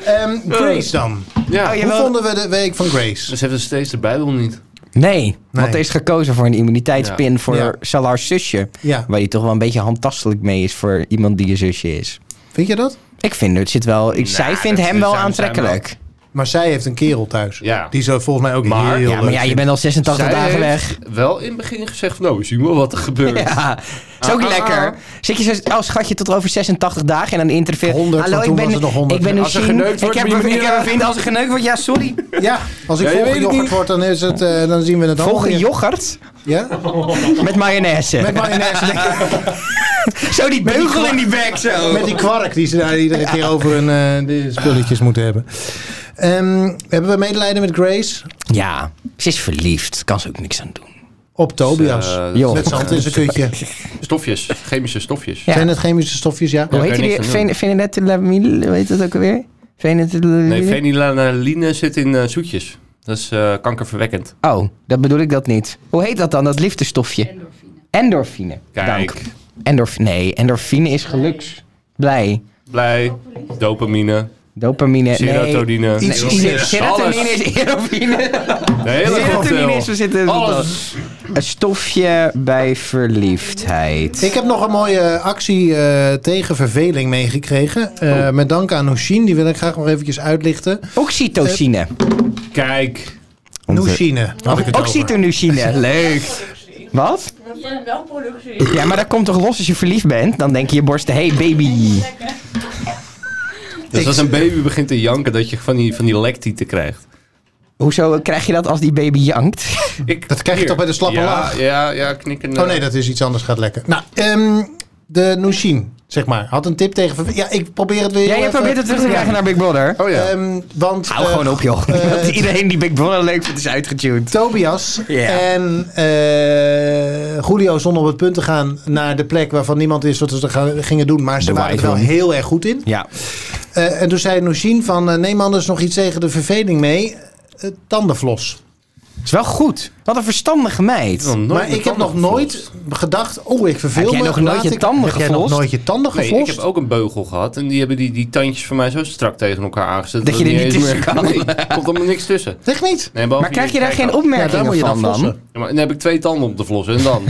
Speaker 3: Ehm, Grace dan.
Speaker 1: Ja,
Speaker 2: Oh, je-
Speaker 3: Hoe
Speaker 2: Jawel.
Speaker 3: vonden we de week van Grace?
Speaker 2: Dus-
Speaker 1: ze hebben steeds de Bijbel niet.
Speaker 2: Nee, want er is gekozen voor een immuniteitspin
Speaker 1: Ja.
Speaker 2: voor
Speaker 3: Ja.
Speaker 2: Salars zusje.
Speaker 3: Ja.
Speaker 2: Waar hij toch wel een beetje handtastelijk mee is voor iemand die je zusje is.
Speaker 3: Vind je dat?
Speaker 2: Ik vind het zit wel, ik, zij
Speaker 1: dat
Speaker 2: vindt
Speaker 1: is-
Speaker 2: hem
Speaker 1: dat
Speaker 2: wel
Speaker 1: zijn- zijn
Speaker 2: aantrekkelijk.
Speaker 3: Maar zij heeft een kerel thuis.
Speaker 1: Ja.
Speaker 3: Die zou volgens mij ook
Speaker 1: Maar-
Speaker 3: heel
Speaker 2: Ja, maar
Speaker 3: leuk
Speaker 2: ja, je
Speaker 3: vinden.
Speaker 2: bent al 86
Speaker 1: Zij
Speaker 2: dagen weg.
Speaker 1: heeft wel in het begin gezegd van... Nou, we zien wel wat er gebeurt.
Speaker 2: Ja, is ook
Speaker 1: Ah, ah,
Speaker 2: lekker.
Speaker 1: ah.
Speaker 2: Zit je zo, oh schatje, tot over 86 dagen en dan interview.
Speaker 3: 100,
Speaker 2: Hallo,
Speaker 3: want
Speaker 2: ik
Speaker 3: toen
Speaker 2: ben,
Speaker 3: was het nog 100.
Speaker 2: Ik ben
Speaker 1: Als er
Speaker 2: Nushin.
Speaker 1: geneukt wordt,
Speaker 2: ik heb,
Speaker 1: moet je
Speaker 2: een-
Speaker 1: me
Speaker 2: ik
Speaker 1: niet
Speaker 2: heb een
Speaker 1: aan-
Speaker 2: vriend, als er geneukt wordt, ja sorry.
Speaker 3: Ja, als ik
Speaker 1: Ja, je weet het
Speaker 3: volgejocherd
Speaker 1: niet.
Speaker 3: word, dan, is het, eh, dan zien we het allemaal
Speaker 2: Volgen
Speaker 3: weer.
Speaker 2: yoghurt
Speaker 3: Ja?
Speaker 2: met mayonaise.
Speaker 3: Met mayonaise. denk ik.
Speaker 2: zo die beugel
Speaker 3: kwa-
Speaker 2: in die bek zo.
Speaker 3: Met die kwark die ze daar iedere keer over hun eh, de spulletjes moeten hebben. Ehm, hebben we medelijden met Grace?
Speaker 2: Ja, ze is verliefd. Kan ze ook niks aan doen.
Speaker 3: Op Tobias.
Speaker 1: Eh,
Speaker 2: Joh.
Speaker 3: met zand in zijn kutje.
Speaker 1: Stofjes, chemische stofjes.
Speaker 2: Ja.
Speaker 3: Zijn het chemische stofjes, ja?
Speaker 2: Hoe
Speaker 1: kan
Speaker 2: heet
Speaker 1: je
Speaker 2: die
Speaker 1: niks
Speaker 2: weer?
Speaker 1: aan doen.
Speaker 2: Ven- Venenetilamine, hoe heet dat ook alweer? Venenetilamine?
Speaker 1: Nee, fenylalaline zit in eh, zoetjes. Dat is eh, kankerverwekkend.
Speaker 2: oh, dat bedoel ik dat niet. Hoe heet dat dan, dat liefdestofje? Endorfine.
Speaker 1: Kijk.
Speaker 2: Dank. Endorfine. Nee, endorfine is geluks. Blij.
Speaker 1: Blij, dopamine,
Speaker 2: Dopamine.
Speaker 1: serotonine.
Speaker 2: Nee.
Speaker 3: Iets
Speaker 2: Nee,
Speaker 3: meer.
Speaker 2: serotonine is erofine.
Speaker 1: De hele cocktail.
Speaker 2: Serotonine is, we zitten
Speaker 1: Alles.
Speaker 2: Een stofje bij verliefdheid.
Speaker 3: Ik heb nog een mooie actie eh, tegen verveling meegekregen. Eh, Met dank aan Nooshin, die wil ik graag nog eventjes uitlichten.
Speaker 2: Oxytocine.
Speaker 1: Kijk.
Speaker 3: Nooshin. had Eh, ik het over.
Speaker 2: Oxytocine, leuk. Wat?
Speaker 5: Dat vind ik wel productie.
Speaker 2: Ja, maar dat komt toch los als je verliefd bent? Dan denken je borsten, hey baby.
Speaker 1: Dus als een baby begint te janken, dat je van die, van die lektieten krijgt.
Speaker 2: Hoezo krijg je dat als die baby jankt?
Speaker 1: Ik,
Speaker 3: Dat krijg je toch bij de slappe
Speaker 1: ja,
Speaker 3: laag?
Speaker 1: Ja, ja, knikken. eh.
Speaker 3: Oh nee, dat is iets anders gaat lekker. Nou, ehm, de Nushin, zeg maar. Had een tip tegen... Verve- Ja, ik probeer het weer...
Speaker 2: Ja,
Speaker 3: heel
Speaker 2: je
Speaker 3: even-
Speaker 2: probeert het terug te krijgen naar Big Brother.
Speaker 1: Oh ja.
Speaker 3: Ehm, want...
Speaker 2: Hou
Speaker 3: eh,
Speaker 2: gewoon op, joh.
Speaker 3: eh,
Speaker 2: Dat iedereen die Big Brother leuk vindt is uitgetuned.
Speaker 3: Tobias
Speaker 2: Ja.
Speaker 3: en eh, Julio stonden op het punt te gaan naar de plek waarvan niemand wist wat ze er gaan- gingen doen. Maar ze
Speaker 2: De
Speaker 3: waren er
Speaker 2: white
Speaker 3: wel
Speaker 2: room.
Speaker 3: heel erg goed in.
Speaker 2: Ja.
Speaker 3: Eh, en toen zei Nushin van eh, neem anders nog iets tegen de verveling mee. Eh, tandenvlos.
Speaker 2: Is wel goed. Wat een verstandige meid.
Speaker 1: nog nooit
Speaker 3: maar
Speaker 1: mijn
Speaker 3: ik heb nog
Speaker 1: tanden
Speaker 3: nooit
Speaker 1: geflost.
Speaker 3: gedacht, oh ik verveel
Speaker 2: Heb jij
Speaker 3: me.
Speaker 2: nog nooit
Speaker 3: laat
Speaker 2: je
Speaker 3: ik-
Speaker 2: tanden
Speaker 3: Heb jij nog
Speaker 2: geflost?
Speaker 3: nooit je tanden
Speaker 1: Nee,
Speaker 3: geflost?
Speaker 1: ik heb ook een beugel gehad. En die hebben die, die tandjes van mij zo strak tegen elkaar aangezet.
Speaker 2: Dat je er
Speaker 1: het
Speaker 2: niet
Speaker 1: eens
Speaker 2: tussen
Speaker 1: meer-
Speaker 2: kan.
Speaker 1: Nee, er komt allemaal niks tussen.
Speaker 3: Zeg niet.
Speaker 1: Nee, behalve
Speaker 2: Maar krijg je daar geen
Speaker 1: kijkhouder.
Speaker 3: Ja, daar moet
Speaker 2: opmerkingen
Speaker 3: je dan
Speaker 2: van dan?
Speaker 3: flossen.
Speaker 1: Ja, maar dan heb ik twee tanden om te flossen. En dan?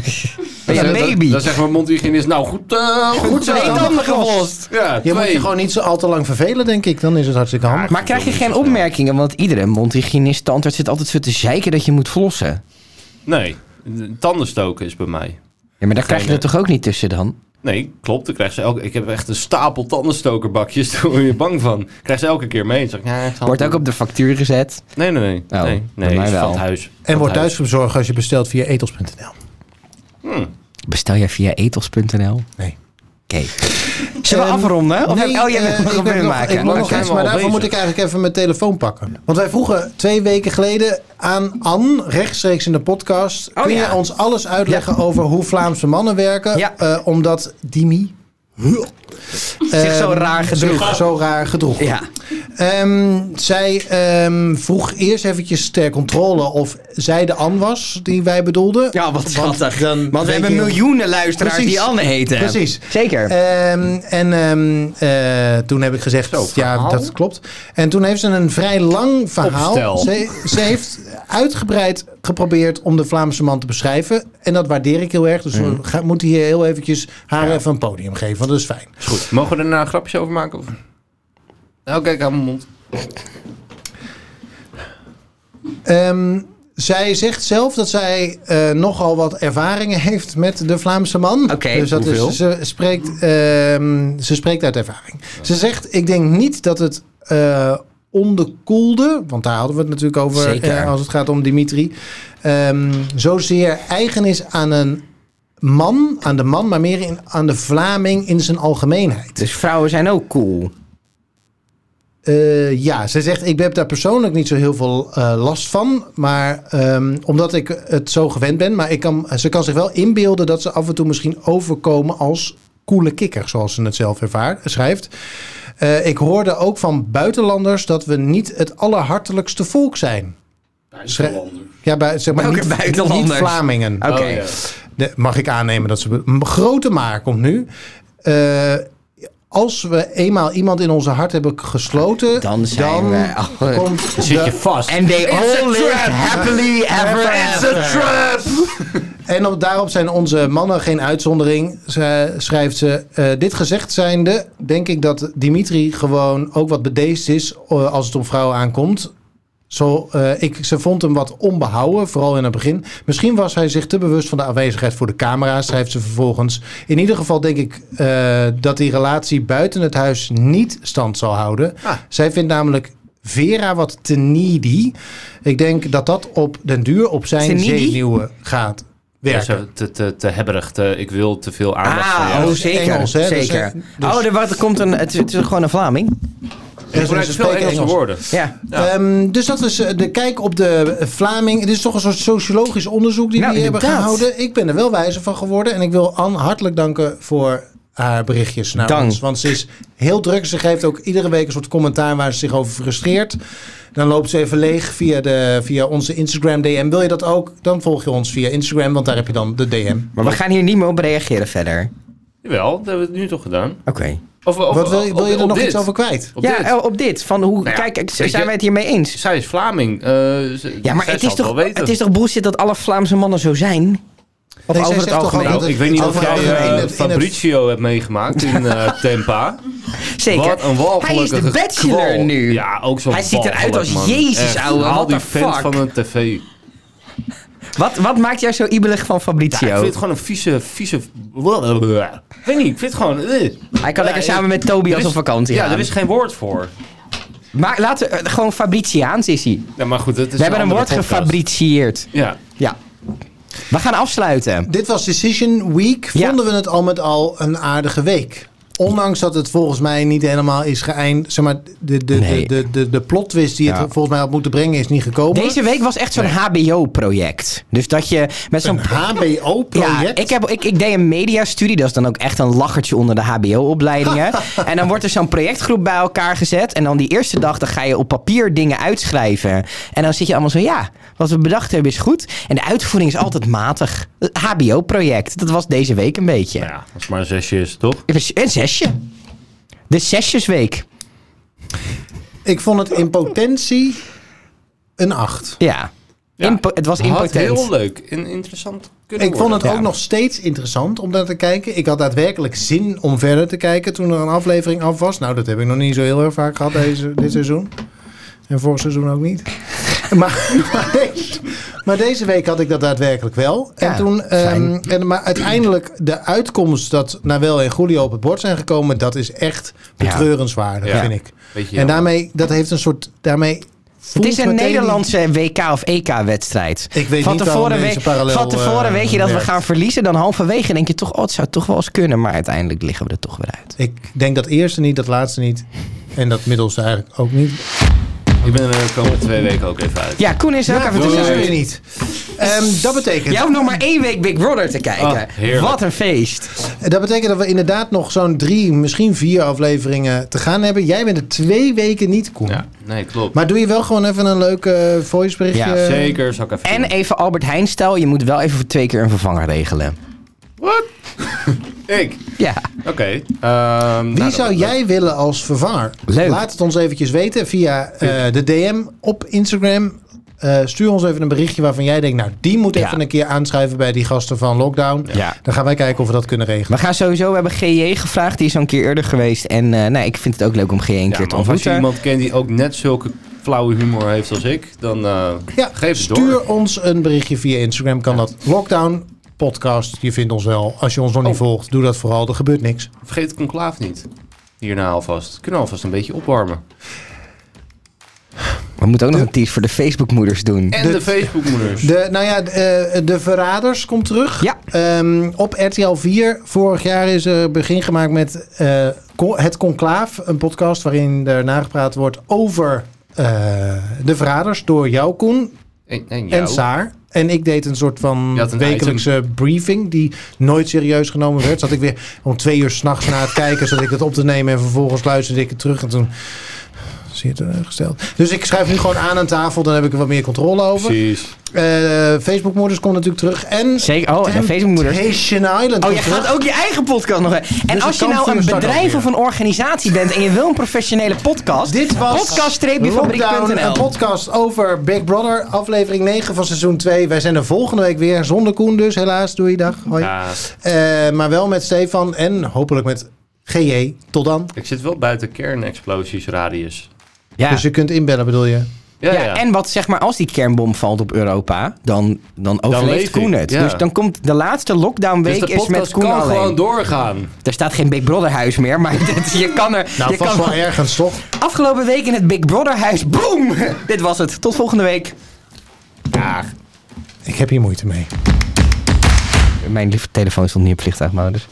Speaker 1: Dan
Speaker 2: Ja,
Speaker 1: zeg-
Speaker 2: maybe.
Speaker 1: Dan, dan zegt mijn mondhygiënist, nou goed, eh, goed zo.
Speaker 2: Twee tanden gelost.
Speaker 1: Ja,
Speaker 3: Je moet
Speaker 1: twee.
Speaker 3: je gewoon niet zo al te lang vervelen, denk ik. Dan is het hartstikke handig.
Speaker 2: Maar krijg je geen opmerkingen? Want iedere mondhygiënist, tandarts zit altijd zo te zeiken dat je moet flossen.
Speaker 1: Nee, tanden stoken is bij mij.
Speaker 2: Ja, maar daar krijg je
Speaker 1: Geen,
Speaker 2: er toch ook niet tussen dan?
Speaker 1: Nee, klopt. Dan krijg ze elke, ik heb echt een stapel tandenstokerbakjes. Daar word je bang van. Krijg ze elke keer mee. Dan zeg ik, nee, ik zal-
Speaker 2: Wordt ook op de factuur gezet.
Speaker 1: Nee, nee, nee.
Speaker 2: Oh,
Speaker 1: nee,
Speaker 2: bij
Speaker 1: nee
Speaker 2: mij
Speaker 1: is
Speaker 2: wel.
Speaker 1: van het huis. Van
Speaker 3: en
Speaker 1: het
Speaker 3: wordt
Speaker 1: huis.
Speaker 3: thuisbezorgd als je bestelt via etels.nl.
Speaker 2: Bestel jij via etels.nl?
Speaker 3: Nee.
Speaker 2: Oké. Zullen we
Speaker 3: Ehm,
Speaker 2: afronden? Of
Speaker 3: nee,
Speaker 2: heb- oh, jij
Speaker 3: eh,
Speaker 2: bent nog
Speaker 3: ik
Speaker 2: een
Speaker 3: ben
Speaker 2: punt
Speaker 3: nog-
Speaker 2: maken.
Speaker 3: Ik wil
Speaker 1: Waar
Speaker 3: nog
Speaker 1: zijn
Speaker 3: iets,
Speaker 1: we
Speaker 3: maar
Speaker 1: al
Speaker 3: daarvoor moet
Speaker 1: bezig?
Speaker 3: ik eigenlijk even mijn telefoon pakken. Want wij vroegen twee weken geleden aan Ann, rechtstreeks in de podcast...
Speaker 2: Oh,
Speaker 3: kun je
Speaker 2: ja.
Speaker 3: ons alles uitleggen over hoe Vlaamse mannen werken?
Speaker 2: Ja.
Speaker 3: Eh, omdat Dimi...
Speaker 2: Zich zo
Speaker 3: ehm,
Speaker 2: raar gedroeg.
Speaker 3: zich zo raar gedroeg.
Speaker 2: Ja.
Speaker 3: Ehm, zij ehm, vroeg eerst eventjes ter controle of zij de Ann was die wij bedoelden.
Speaker 2: Ja, wat
Speaker 3: Want
Speaker 2: schattig.
Speaker 3: dan
Speaker 2: Want,
Speaker 3: weet
Speaker 2: we hebben
Speaker 3: je-
Speaker 2: miljoenen luisteraars
Speaker 3: Precies.
Speaker 2: die Anne heten.
Speaker 3: Precies.
Speaker 2: Zeker.
Speaker 3: Ehm, en ehm, eh, toen heb ik gezegd, ja,
Speaker 1: verhaal?
Speaker 3: dat klopt. En toen heeft ze een vrij lang verhaal.
Speaker 1: Opstel.
Speaker 3: Ze, ze heeft uitgebreid geprobeerd om de Vlaamse man te beschrijven. En dat waardeer ik heel erg. Dus
Speaker 1: Mhm.
Speaker 3: we gaan- moeten hier heel eventjes haar even een podium geven. Want dat is fijn.
Speaker 1: Is goed. Mogen we er nou een grapje over maken? Of? Nou, kijk aan mijn mond.
Speaker 3: Ehm, zij zegt zelf dat zij eh, nogal wat ervaringen heeft met de Vlaamse man.
Speaker 2: Oké,
Speaker 3: dus dat
Speaker 1: hoeveel?
Speaker 3: is, ze, spreekt, ehm, ze spreekt uit ervaring. Ze zegt: Ik denk niet dat het eh onderkoelde, want daar hadden we het natuurlijk over
Speaker 2: Zeker.
Speaker 3: eh, als het gaat om Dimitri, ehm, zozeer eigen is aan een man, aan de man, maar meer in, aan de Vlaming in zijn algemeenheid.
Speaker 2: Dus vrouwen zijn ook cool.
Speaker 3: Oh, Eh, ja, ze zegt, ik heb daar persoonlijk niet zo heel veel eh, last van. Maar ehm, omdat ik het zo gewend ben. Maar ik kan, ze kan zich wel inbeelden dat ze af en toe misschien overkomen als coole kikker. Zoals ze het zelf ervaar, schrijft. Eh, ik hoorde ook van buitenlanders dat we niet het allerhartelijkste volk zijn. Buitenlanders? Ja, bui- zeg maar
Speaker 2: Welke
Speaker 3: niet,
Speaker 2: buitenlanders?
Speaker 3: niet Vlamingen.
Speaker 2: Oké.
Speaker 1: Oh, ja.
Speaker 3: De- mag ik aannemen dat ze. be- M- Grote maar komt nu. Eh, als we eenmaal iemand in onze hart hebben gesloten.
Speaker 2: Dan zijn
Speaker 3: dan
Speaker 2: we- oh,
Speaker 3: komt
Speaker 1: Zit je
Speaker 3: de-
Speaker 1: vast.
Speaker 2: And they all live
Speaker 1: trap.
Speaker 2: happily ever after.
Speaker 3: En op, daarop zijn onze mannen geen uitzondering, ze- schrijft ze. Eh, dit gezegd zijnde, denk ik dat Dimitri gewoon ook wat bedeesd is eh, als het om vrouwen aankomt. Zo, eh, ik, ze vond hem wat onbehouden, vooral in het begin. Misschien was hij zich te bewust van de aanwezigheid voor de camera, schrijft ze vervolgens. In ieder geval denk ik eh, dat die relatie buiten het huis niet stand zal houden.
Speaker 1: Ah.
Speaker 3: Zij vindt namelijk Vera wat te needy. Ik denk dat dat op den duur op
Speaker 2: Te
Speaker 3: zijn
Speaker 2: needy?
Speaker 3: zenuwen gaat
Speaker 1: Ja,
Speaker 3: werken.
Speaker 1: zo, te, te, te hebberig. te- ik wil te veel aandacht van
Speaker 2: Ah,
Speaker 1: jou.
Speaker 2: oh,
Speaker 3: is
Speaker 2: zeker.
Speaker 3: Engels, hè, dus,
Speaker 2: zeker.
Speaker 3: eh, dus-
Speaker 2: Oh, er, wat- er komt een, het, is- het is gewoon een Vlaming.
Speaker 1: ik gebruik
Speaker 3: ze
Speaker 1: veel
Speaker 3: spreken
Speaker 1: Engelse
Speaker 3: Engels.
Speaker 1: woorden.
Speaker 2: Ja.
Speaker 3: Ehm, dus dat is eh, de kijk op de Vlaming. Het is toch een soort sociologisch onderzoek die
Speaker 2: Nou,
Speaker 3: we hier hebben
Speaker 2: inderdaad.
Speaker 3: gehouden. Ik ben er wel wijzer van geworden. En ik wil Anne hartelijk danken voor haar berichtjes naar
Speaker 2: Dank.
Speaker 3: ons. Want ze is heel druk. Ze geeft ook iedere week een soort commentaar waar ze zich over frustreert. Dan loopt ze even leeg via, de, via onze Instagram DM. Wil je dat ook? Dan volg je ons via Instagram, want daar heb je dan de DM.
Speaker 2: Maar we gaan hier niet meer op reageren verder.
Speaker 1: Jawel, dat hebben we het nu toch gedaan.
Speaker 2: Oké.
Speaker 1: Of, of-
Speaker 3: Wat wil, je-
Speaker 1: op-
Speaker 3: wil je er
Speaker 1: op
Speaker 3: nog
Speaker 1: dit.
Speaker 3: iets over kwijt?
Speaker 1: Op
Speaker 2: ja,
Speaker 1: dit. Nou
Speaker 2: eh, op dit. Van hoe,
Speaker 1: ja,
Speaker 2: kijk, eh,
Speaker 1: weet
Speaker 2: zijn
Speaker 1: je-
Speaker 2: wij het hiermee eens?
Speaker 1: Zij is Vlaming. eh, ze-
Speaker 2: Ja, maar
Speaker 1: zij
Speaker 2: het
Speaker 1: zal
Speaker 2: is, toch,
Speaker 1: wel weten.
Speaker 2: het is toch bullshit dat alle Vlaamse mannen zo zijn? Of
Speaker 3: Nee, zij
Speaker 2: over het
Speaker 3: zegt toch
Speaker 2: algemeen?
Speaker 3: altijd-
Speaker 1: Nou, ik weet niet of
Speaker 3: Over-
Speaker 1: jij
Speaker 3: over-
Speaker 1: eh,
Speaker 3: in het- in het-
Speaker 1: Fabrizio hebt meegemaakt in eh, Tempa.
Speaker 2: Zeker.
Speaker 1: Wat een walgelijke
Speaker 2: Hij is de bachelor
Speaker 1: kwal.
Speaker 2: nu.
Speaker 1: Ja, ook zo'n
Speaker 2: Hij ziet eruit
Speaker 1: walgelijk,
Speaker 2: als
Speaker 1: man.
Speaker 2: Jezus,
Speaker 1: Echt,
Speaker 2: ouwe,
Speaker 1: Haal
Speaker 2: what
Speaker 1: die
Speaker 2: the
Speaker 1: vent
Speaker 2: fuck?
Speaker 1: van een tv.
Speaker 2: Wat, wat maakt jou zo ibelig van
Speaker 1: Ja, ik
Speaker 2: Fabrizio?
Speaker 1: vind het gewoon een vieze, vieze... Weet niet, ik vind het gewoon... eh.
Speaker 2: Hij kan
Speaker 1: Ja,
Speaker 2: lekker
Speaker 1: ja,
Speaker 2: samen met Tobias
Speaker 1: er is-
Speaker 2: op vakantie
Speaker 1: Ja,
Speaker 2: gaan.
Speaker 1: er is geen woord voor.
Speaker 2: Maar laten we... eh, Gewoon Fabriciaans is hij.
Speaker 1: Ja, maar goed, dat is
Speaker 2: We hebben
Speaker 1: een
Speaker 2: een
Speaker 1: andere
Speaker 2: woord
Speaker 1: podcast.
Speaker 2: gefabricieerd.
Speaker 1: Ja,
Speaker 2: Ja. We gaan afsluiten.
Speaker 3: Dit was Decision Week.
Speaker 2: Ja.
Speaker 3: Vonden we het al met al een aardige week. Ondanks dat het volgens mij niet helemaal is geëind. Zeg maar, de, de,
Speaker 2: Nee.
Speaker 3: de, de, de, de plot twist die
Speaker 2: Ja.
Speaker 3: het volgens mij had moeten brengen is niet gekomen.
Speaker 2: Deze week was echt zo'n HBO-project. Dus dat je met zo'n...
Speaker 3: een HBO-project.
Speaker 2: Ja, ik, heb, ik, ik deed een mediastudie. Dat is dan ook echt een lachertje onder de HBO-opleidingen. en dan wordt er zo'n projectgroep bij elkaar gezet. En dan die eerste dag dan ga je op papier dingen uitschrijven. En dan zit je allemaal zo, ja, wat we bedacht hebben is goed. En de uitvoering is altijd matig. Het HBO-project, dat was deze week een beetje.
Speaker 1: Nou ja, als het maar een zesje is, toch?
Speaker 2: Een zesje. De zesjesweek.
Speaker 3: Ik vond het in potentie een 8.
Speaker 2: Ja.
Speaker 1: Ja.
Speaker 2: Impo- het was
Speaker 1: Had
Speaker 2: impotent.
Speaker 1: heel leuk en interessant kunnen
Speaker 3: Ik vond het
Speaker 1: worden.
Speaker 3: ook nog steeds interessant om daar te kijken. Ik had daadwerkelijk zin om verder te kijken toen er een aflevering af was. Nou, dat heb ik nog niet zo heel erg vaak gehad deze, dit seizoen. En vorig seizoen ook niet. Maar, maar, deze, maar deze week had ik dat daadwerkelijk wel. En
Speaker 2: Ja,
Speaker 3: toen,
Speaker 2: fijn.
Speaker 3: ehm, en, maar uiteindelijk de uitkomst dat Nawel en Julio op het bord zijn gekomen... dat is echt
Speaker 2: Ja.
Speaker 3: betreurenswaardig,
Speaker 1: Ja.
Speaker 3: vind ik.
Speaker 1: Beetje
Speaker 3: En
Speaker 1: jammer.
Speaker 3: daarmee, dat heeft een soort... Daarmee
Speaker 2: Het
Speaker 3: voelt
Speaker 2: is een
Speaker 3: meteen-
Speaker 2: Nederlandse WK of EK-wedstrijd.
Speaker 3: Ik weet niet waarom deze parallel,
Speaker 2: Van tevoren
Speaker 3: eh,
Speaker 2: weet je dat we
Speaker 3: werkt.
Speaker 2: gaan verliezen. Dan halverwege denk je toch, oh, het zou toch wel eens kunnen. Maar uiteindelijk liggen we er toch weer uit.
Speaker 3: Ik denk dat eerste niet, dat laatste niet. En dat middelste eigenlijk ook niet.
Speaker 1: Ik ben er de komende twee weken ook even uit.
Speaker 2: Ja, Koen is er ook even
Speaker 3: dat is
Speaker 2: tussenuit.
Speaker 3: weer niet. Ehm, dat, betekent,
Speaker 2: Jij hoeft nog maar één week Big Brother te
Speaker 1: Ah,
Speaker 2: kijken.
Speaker 1: heerlijk.
Speaker 2: Wat een feest.
Speaker 3: dat betekent dat we inderdaad nog zo'n drie, misschien vier afleveringen te gaan hebben. Jij bent er twee weken niet, Koen.
Speaker 1: Ja, nee, klopt.
Speaker 3: Maar doe je wel gewoon even een leuk eh, voiceberichtje?
Speaker 2: Ja,
Speaker 1: Zeker, zal ik even
Speaker 2: En
Speaker 1: doen.
Speaker 2: even Albert Heijn stijl. Je moet wel even voor twee keer een vervanger regelen.
Speaker 1: Wat? ik?
Speaker 2: Ja,
Speaker 1: Oké. ehm, nou,
Speaker 3: Wie
Speaker 1: dat
Speaker 3: zou
Speaker 1: wordt leuk.
Speaker 3: jij willen als vervanger?
Speaker 2: Leuk.
Speaker 3: Laat het ons eventjes weten via eh, de DM op Instagram. Eh, stuur ons even een berichtje waarvan jij denkt... nou, die moet
Speaker 2: Ja.
Speaker 3: even een keer aanschrijven bij die gasten van Lockdown.
Speaker 2: Ja.
Speaker 3: Dan gaan wij kijken of we dat kunnen regelen.
Speaker 2: we gaan sowieso, we hebben GJ gevraagd. Die is al een keer eerder geweest. En eh, nou, ik vind het ook leuk om GJ
Speaker 1: Ja,
Speaker 2: een keer te
Speaker 1: maar als je
Speaker 2: ontmoeten.
Speaker 1: iemand kent die ook net zulke flauwe humor heeft als ik, dan eh,
Speaker 3: Ja,
Speaker 1: geef het
Speaker 3: stuur
Speaker 1: door.
Speaker 3: ons een berichtje via Instagram. Kan dat Lockdown Podcast. Je vindt ons wel. Als je ons nog
Speaker 1: Oh.
Speaker 3: niet volgt, doe dat vooral. Er gebeurt niks.
Speaker 1: Vergeet het conclaaf niet. Hierna alvast. Kunnen we alvast een beetje opwarmen.
Speaker 2: We moeten ook nog een tease voor de Facebookmoeders doen.
Speaker 1: En de, Facebookmoeders.
Speaker 3: De, nou ja, de, eh, de Verraders komt terug.
Speaker 2: Ja.
Speaker 3: Ehm, op RTL 4. Vorig jaar is er begin gemaakt met eh, Co- Het Conclaaf. Een podcast waarin er nagepraat wordt over eh, de Verraders. Door jou, Koen.
Speaker 1: en,
Speaker 3: en
Speaker 1: jou.
Speaker 3: Saar. En ik deed een soort van
Speaker 1: Je had een
Speaker 3: wekelijkse briefing die nooit serieus genomen werd. Zat ik weer om twee uur s'nachts na het kijken, zat ik het op te nemen en vervolgens luisterde ik het terug en toen zie je het eh, gesteld. Dus ik schrijf nu gewoon aan aan tafel, dan heb ik er wat meer controle over.
Speaker 1: Precies.
Speaker 3: Eh Facebookmoeders komt natuurlijk terug en
Speaker 2: Zeker. Oh, en de Facebookmoeders.
Speaker 3: Temptation Island
Speaker 2: Oh,
Speaker 3: komt
Speaker 2: jij
Speaker 3: terug.
Speaker 2: gaat ook je eigen podcast nog. En
Speaker 3: het
Speaker 2: als je
Speaker 3: kan
Speaker 2: nou
Speaker 3: voor
Speaker 2: een
Speaker 3: je start
Speaker 2: bedrijf
Speaker 3: alweer.
Speaker 2: of een organisatie bent en je wil een professionele podcast,
Speaker 3: Dit was Lockdown, een
Speaker 2: podcast-fabriek.nl.
Speaker 3: podcast over Big Brother, aflevering 9 van seizoen 2. Wij zijn er volgende week weer, zonder Koen dus helaas. Doei, dag. Hoi.
Speaker 1: Ja,
Speaker 3: Eh, maar wel met Stefan en hopelijk met GJ. Tot dan.
Speaker 1: ik zit wel buiten kernexplosiesradius.
Speaker 2: Ja.
Speaker 3: Dus je kunt inbellen, bedoel je?
Speaker 1: Ja,
Speaker 2: ja,
Speaker 1: ja,
Speaker 2: en wat zeg maar, als die kernbom valt op Europa, dan, dan overleeft
Speaker 1: leef ik,
Speaker 2: Koen het.
Speaker 1: ja.
Speaker 2: Dus dan komt de laatste
Speaker 1: dus
Speaker 2: lockdownweek
Speaker 1: de
Speaker 2: is met
Speaker 1: podcast
Speaker 2: Koen
Speaker 1: kan
Speaker 2: alleen.
Speaker 1: gewoon doorgaan.
Speaker 2: Er staat geen Big Brother huis meer, maar dit- je kan er...
Speaker 3: Nou,
Speaker 2: je
Speaker 3: vast
Speaker 2: kan
Speaker 3: wel ergens, toch?
Speaker 2: Afgelopen week in het Big Brother huis, boom! dit was het. Tot volgende week. Ja,
Speaker 3: Ik heb hier moeite mee.
Speaker 2: mijn telefoon stond niet op vliegtuigmodus.